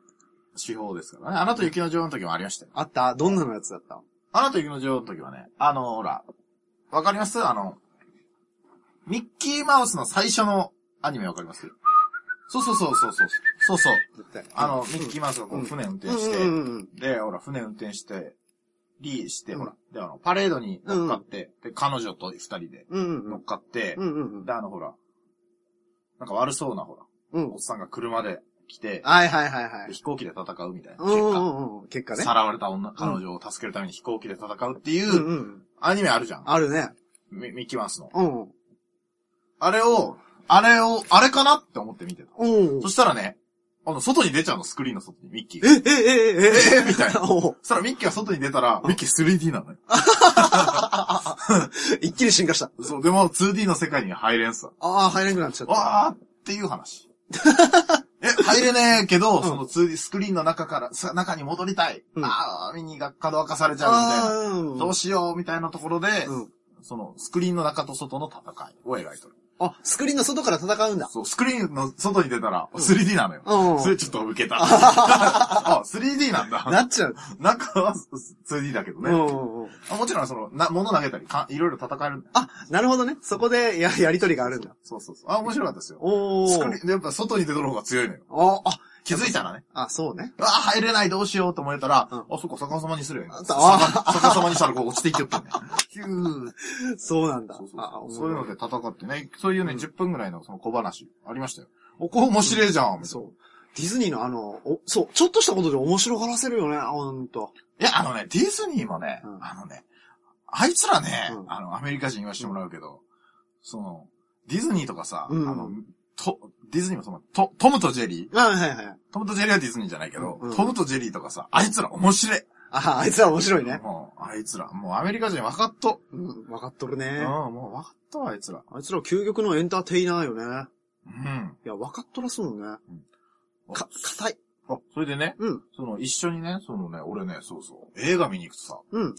[SPEAKER 1] 手法ですからね。アナと雪の女王の時もありましたよ。
[SPEAKER 2] あったどんなのやつだった
[SPEAKER 1] アナと雪の女王の時はね、あの、ほら、わかりますあの、ミッキーマウスの最初のアニメわかりますそうそうそうそうそう。そうそう。
[SPEAKER 2] 絶対。
[SPEAKER 1] あの、ミッキーマウスがこう船運転して、
[SPEAKER 2] うんうんうん
[SPEAKER 1] で、ほら、船運転して、リーして、
[SPEAKER 2] うん
[SPEAKER 1] ほら、で、あの、パレードに乗っかって、で、彼女と二人で
[SPEAKER 2] うん。うんう
[SPEAKER 1] 乗
[SPEAKER 2] ん
[SPEAKER 1] っかって、
[SPEAKER 2] うんうん
[SPEAKER 1] で、あの、ほら、なんか悪そうな、ほら、
[SPEAKER 2] うん。うん
[SPEAKER 1] おっ。さんが車で来て、
[SPEAKER 2] はいはいはいは
[SPEAKER 1] で
[SPEAKER 2] い。
[SPEAKER 1] 飛行機で戦うみたいな。
[SPEAKER 2] う
[SPEAKER 1] 結
[SPEAKER 2] んう
[SPEAKER 1] 果、
[SPEAKER 2] んうん。結果ね。
[SPEAKER 1] さらわれた女、彼女を助けるために飛行機で戦うってい
[SPEAKER 2] うん
[SPEAKER 1] う
[SPEAKER 2] うん。
[SPEAKER 1] アニメあるじゃん。
[SPEAKER 2] あるね。
[SPEAKER 1] ミミッキーマウスの。
[SPEAKER 2] うん。
[SPEAKER 1] あれを、あれを、あれかなって思って見てた。
[SPEAKER 2] うん
[SPEAKER 1] そ。したらね、あの、外に出ちゃうの、スクリーンの外に、ミッキー
[SPEAKER 2] え
[SPEAKER 1] が。
[SPEAKER 2] えええええ
[SPEAKER 1] えみたいな。
[SPEAKER 2] おう
[SPEAKER 1] そしたらミッキーが外に出たら、ミッキー 3D なのよ。
[SPEAKER 2] 一気に進化した。
[SPEAKER 1] そう、でも 2D の世界に入れんさ。
[SPEAKER 2] ああ、入れなくなっちゃった。
[SPEAKER 1] わーっていう話。え、え、入れねえけど、
[SPEAKER 2] ん
[SPEAKER 1] その 2D スクリーンの中から、さ中に戻りたい。
[SPEAKER 2] うん
[SPEAKER 1] ああ、ミニが角分かされちゃうみたいな。
[SPEAKER 2] あー
[SPEAKER 1] どうしようみたいなところで、
[SPEAKER 2] うん
[SPEAKER 1] そのスクリーンの中と外の戦いを描いてる。
[SPEAKER 2] あ、スクリーンの外から戦うんだ。
[SPEAKER 1] そう、スクリーンの外に出たら 3D なのよ。
[SPEAKER 2] うん
[SPEAKER 1] それちょっと受け た。あ、3D なんだ。
[SPEAKER 2] なっちゃう。
[SPEAKER 1] 中は 2D だけど
[SPEAKER 2] う
[SPEAKER 1] ね。
[SPEAKER 2] んうんうん
[SPEAKER 1] あもちろんその、な、物投げたり、かいろいろ戦えるんだよ。
[SPEAKER 2] あ、なるほどね。そこでや、やりとりがあるんだ。
[SPEAKER 1] そうそうそう。あ、面白かったですよ。
[SPEAKER 2] お
[SPEAKER 1] スクリ
[SPEAKER 2] ー。
[SPEAKER 1] ーン、やっぱ外に出た方が強いのよ。
[SPEAKER 2] あ、あ、
[SPEAKER 1] 気づいたらね。
[SPEAKER 2] あ、そうね。
[SPEAKER 1] あ、入れない、どうしようと思えたら、
[SPEAKER 2] うん
[SPEAKER 1] あ、そっか、逆さまにするよね。
[SPEAKER 2] あ
[SPEAKER 1] 逆逆さまにしたらこう落ちていきよったんだよ。ヒュー
[SPEAKER 2] そうなんだ。
[SPEAKER 1] そうそう
[SPEAKER 2] あ、
[SPEAKER 1] そう
[SPEAKER 2] 面
[SPEAKER 1] そういう
[SPEAKER 2] 白
[SPEAKER 1] の
[SPEAKER 2] い
[SPEAKER 1] で戦ってね、そういうね、
[SPEAKER 2] うん
[SPEAKER 1] 10分ぐらいのその小話、ありましたよ。お、こう面白いじゃん、みたい
[SPEAKER 2] そう。ディズニーのあの、お、そう、ちょっとしたことで面白がらせるよね、あほんと。
[SPEAKER 1] な。いや、あのね、ディズニーもね、
[SPEAKER 2] うん
[SPEAKER 1] あのね、あいつらね、
[SPEAKER 2] うん
[SPEAKER 1] あの、アメリカ人言わしてもらうけど、その、ディズニーとかさ、
[SPEAKER 2] うん
[SPEAKER 1] あの、と、ディズニーもその、トトムとジェリー
[SPEAKER 2] あはいはいはい。
[SPEAKER 1] トムとジェリーはディズニーじゃないけど、
[SPEAKER 2] うん
[SPEAKER 1] トムとジェリーとかさ、あいつら面白い。
[SPEAKER 2] あ、あいつら面白いね。
[SPEAKER 1] もう、あいつら、もうアメリカ人分かっと。
[SPEAKER 2] うん、わかっとる
[SPEAKER 1] う
[SPEAKER 2] ね
[SPEAKER 1] ん、。もう分かっと、あいつら。
[SPEAKER 2] あいつら究極のエンターテイナーよね。
[SPEAKER 1] うん。
[SPEAKER 2] いや、分かっとらすもんね
[SPEAKER 1] うん。
[SPEAKER 2] か、硬い。
[SPEAKER 1] あ、それでね、
[SPEAKER 2] うん、
[SPEAKER 1] その、一緒にね、そのね、俺ね、そうそう、映画見に行くとさ、
[SPEAKER 2] うん。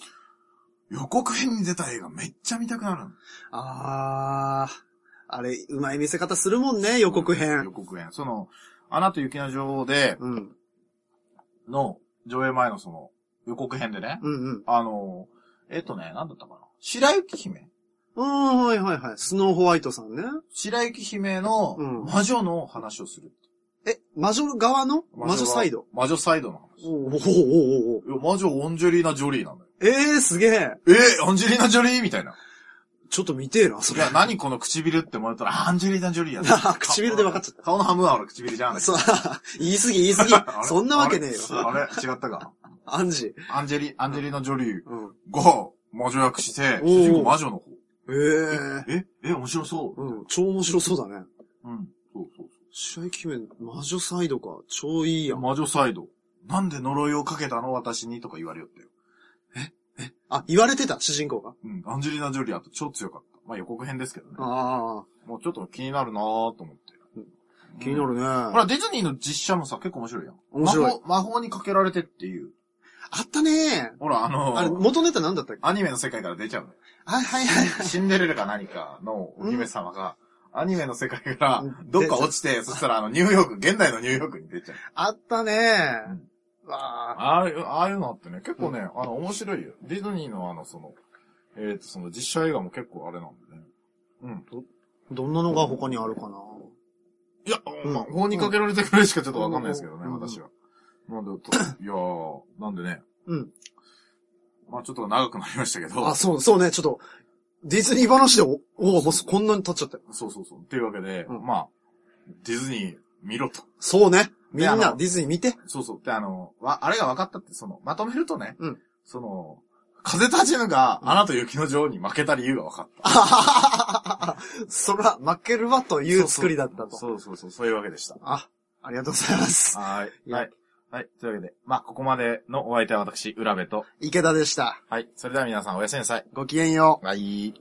[SPEAKER 1] 予告編に出た映画めっちゃ見たくなるの
[SPEAKER 2] あー。あれ、うまい見せ方するもんね、予告編
[SPEAKER 1] 予。告編。その、アナと雪の女王で、
[SPEAKER 2] うん、うん、
[SPEAKER 1] の、上映前のその、予告編でね、
[SPEAKER 2] うん。
[SPEAKER 1] あの、えっとね、なんだったかな。白雪姫
[SPEAKER 2] うん、はいはいはい。スノーホワイトさんね。
[SPEAKER 1] 白雪姫の
[SPEAKER 2] うん
[SPEAKER 1] 魔女の話をする。
[SPEAKER 2] え、魔女側の魔女
[SPEAKER 1] が
[SPEAKER 2] サイド。。
[SPEAKER 1] 魔女サイドの話。
[SPEAKER 2] おーおーおーおーおー
[SPEAKER 1] いや魔女オンジェリーナ・ジョリーなのよ。
[SPEAKER 2] えー、すげえ。
[SPEAKER 1] えー、アンジェリーナ・ジョリーみたいな。
[SPEAKER 2] ちょっと見てえな、そ
[SPEAKER 1] い
[SPEAKER 2] れ。
[SPEAKER 1] や、。何この唇って思ったら、アンジェリーナ・ジョリーや
[SPEAKER 2] 唇で分かっちゃ
[SPEAKER 1] った。顔の半分は俺唇じゃん。
[SPEAKER 2] そう、 言い過ぎ言い 過
[SPEAKER 1] あ
[SPEAKER 2] ぎ。
[SPEAKER 1] れ
[SPEAKER 2] そんなわけねえよ。
[SPEAKER 1] あれあれ違ったか。
[SPEAKER 2] アンジ。
[SPEAKER 1] アンジェリ、アンジェリーナ・ジョリー。
[SPEAKER 2] うん。
[SPEAKER 1] が魔女役して、
[SPEAKER 2] おー
[SPEAKER 1] 主人公魔女の方。
[SPEAKER 2] ええ。
[SPEAKER 1] え、え、面白そ
[SPEAKER 2] うん、超面白そうだね。
[SPEAKER 1] う。うん。そうそう
[SPEAKER 2] 白雪姫、魔女サイドか。超いい
[SPEAKER 1] そ
[SPEAKER 2] や
[SPEAKER 1] う。
[SPEAKER 2] ん。
[SPEAKER 1] 魔女サイド。なんで呪いをかけたの私にとか言われよったよ。
[SPEAKER 2] あ、言われてた、主人公が。
[SPEAKER 1] うん。アンジェリーナ・ジョリーあと超強かった。まあ予告編ですけどね。
[SPEAKER 2] あ
[SPEAKER 1] もうちょっと気になるなぁと思って。
[SPEAKER 2] あ、気にな
[SPEAKER 1] る。
[SPEAKER 2] るね。
[SPEAKER 1] ほら、ディズニーの実写もさ、結構面白いやん。
[SPEAKER 2] 面白い
[SPEAKER 1] 魔法、魔法にかけられてっていう。
[SPEAKER 2] あったね
[SPEAKER 1] ほら、あ
[SPEAKER 2] あれ、
[SPEAKER 1] のー、
[SPEAKER 2] 元ネタ何だったっけ
[SPEAKER 1] アニメの世界から出ちゃう のよ。
[SPEAKER 2] はいはいはい。
[SPEAKER 1] シンデレラか何かのお姫様が、アニメの世界からどっか落ちて、そしたらあの、ニューヨーク、現代のニューヨークに出ちゃう。
[SPEAKER 2] あったねわあ。
[SPEAKER 1] ああいう、ああいうのあってね、結構ね、あの、面白いよ。ディズニーのあの、その、えっ、と、その実写映画も結構あれなんでね。うん。
[SPEAKER 2] どんなのが他にあるかない
[SPEAKER 1] や、
[SPEAKER 2] うん
[SPEAKER 1] まあ、法にかけられてくれしかちょっとわかんないですけどね、
[SPEAKER 2] うん
[SPEAKER 1] 私は。なんで、といやー、なんでね、
[SPEAKER 2] うん。
[SPEAKER 1] まあちょっと長くなりましたけど、
[SPEAKER 2] あ、そう、そうね、ちょっと、ディズニー話で、お、おもうこんなに経っちゃったよ。
[SPEAKER 1] そうそうそう。というわけで、
[SPEAKER 2] うん
[SPEAKER 1] まあディズニー見ろと。
[SPEAKER 2] そうね。みん
[SPEAKER 1] であ
[SPEAKER 2] な、
[SPEAKER 1] の
[SPEAKER 2] ディズニー見て。
[SPEAKER 1] そうそう。で、あの、わ、あれが分かったって、その、まとめるとね、
[SPEAKER 2] うん
[SPEAKER 1] その、風立ちぬが、アナと雪の女王に負けた理由が分かった。
[SPEAKER 2] そら、負けるわという作りだったと。
[SPEAKER 1] そうそうそう、そういうわけでした。
[SPEAKER 2] あ、ありがとうございます。
[SPEAKER 1] はい。
[SPEAKER 2] や
[SPEAKER 1] はい。はい。というわけで、まあ、ここまでのお相手は私、浦部と。
[SPEAKER 2] 池田でした。
[SPEAKER 1] はい。それでは皆さんおやすみなさい。
[SPEAKER 2] ごきげんよう。
[SPEAKER 1] はい。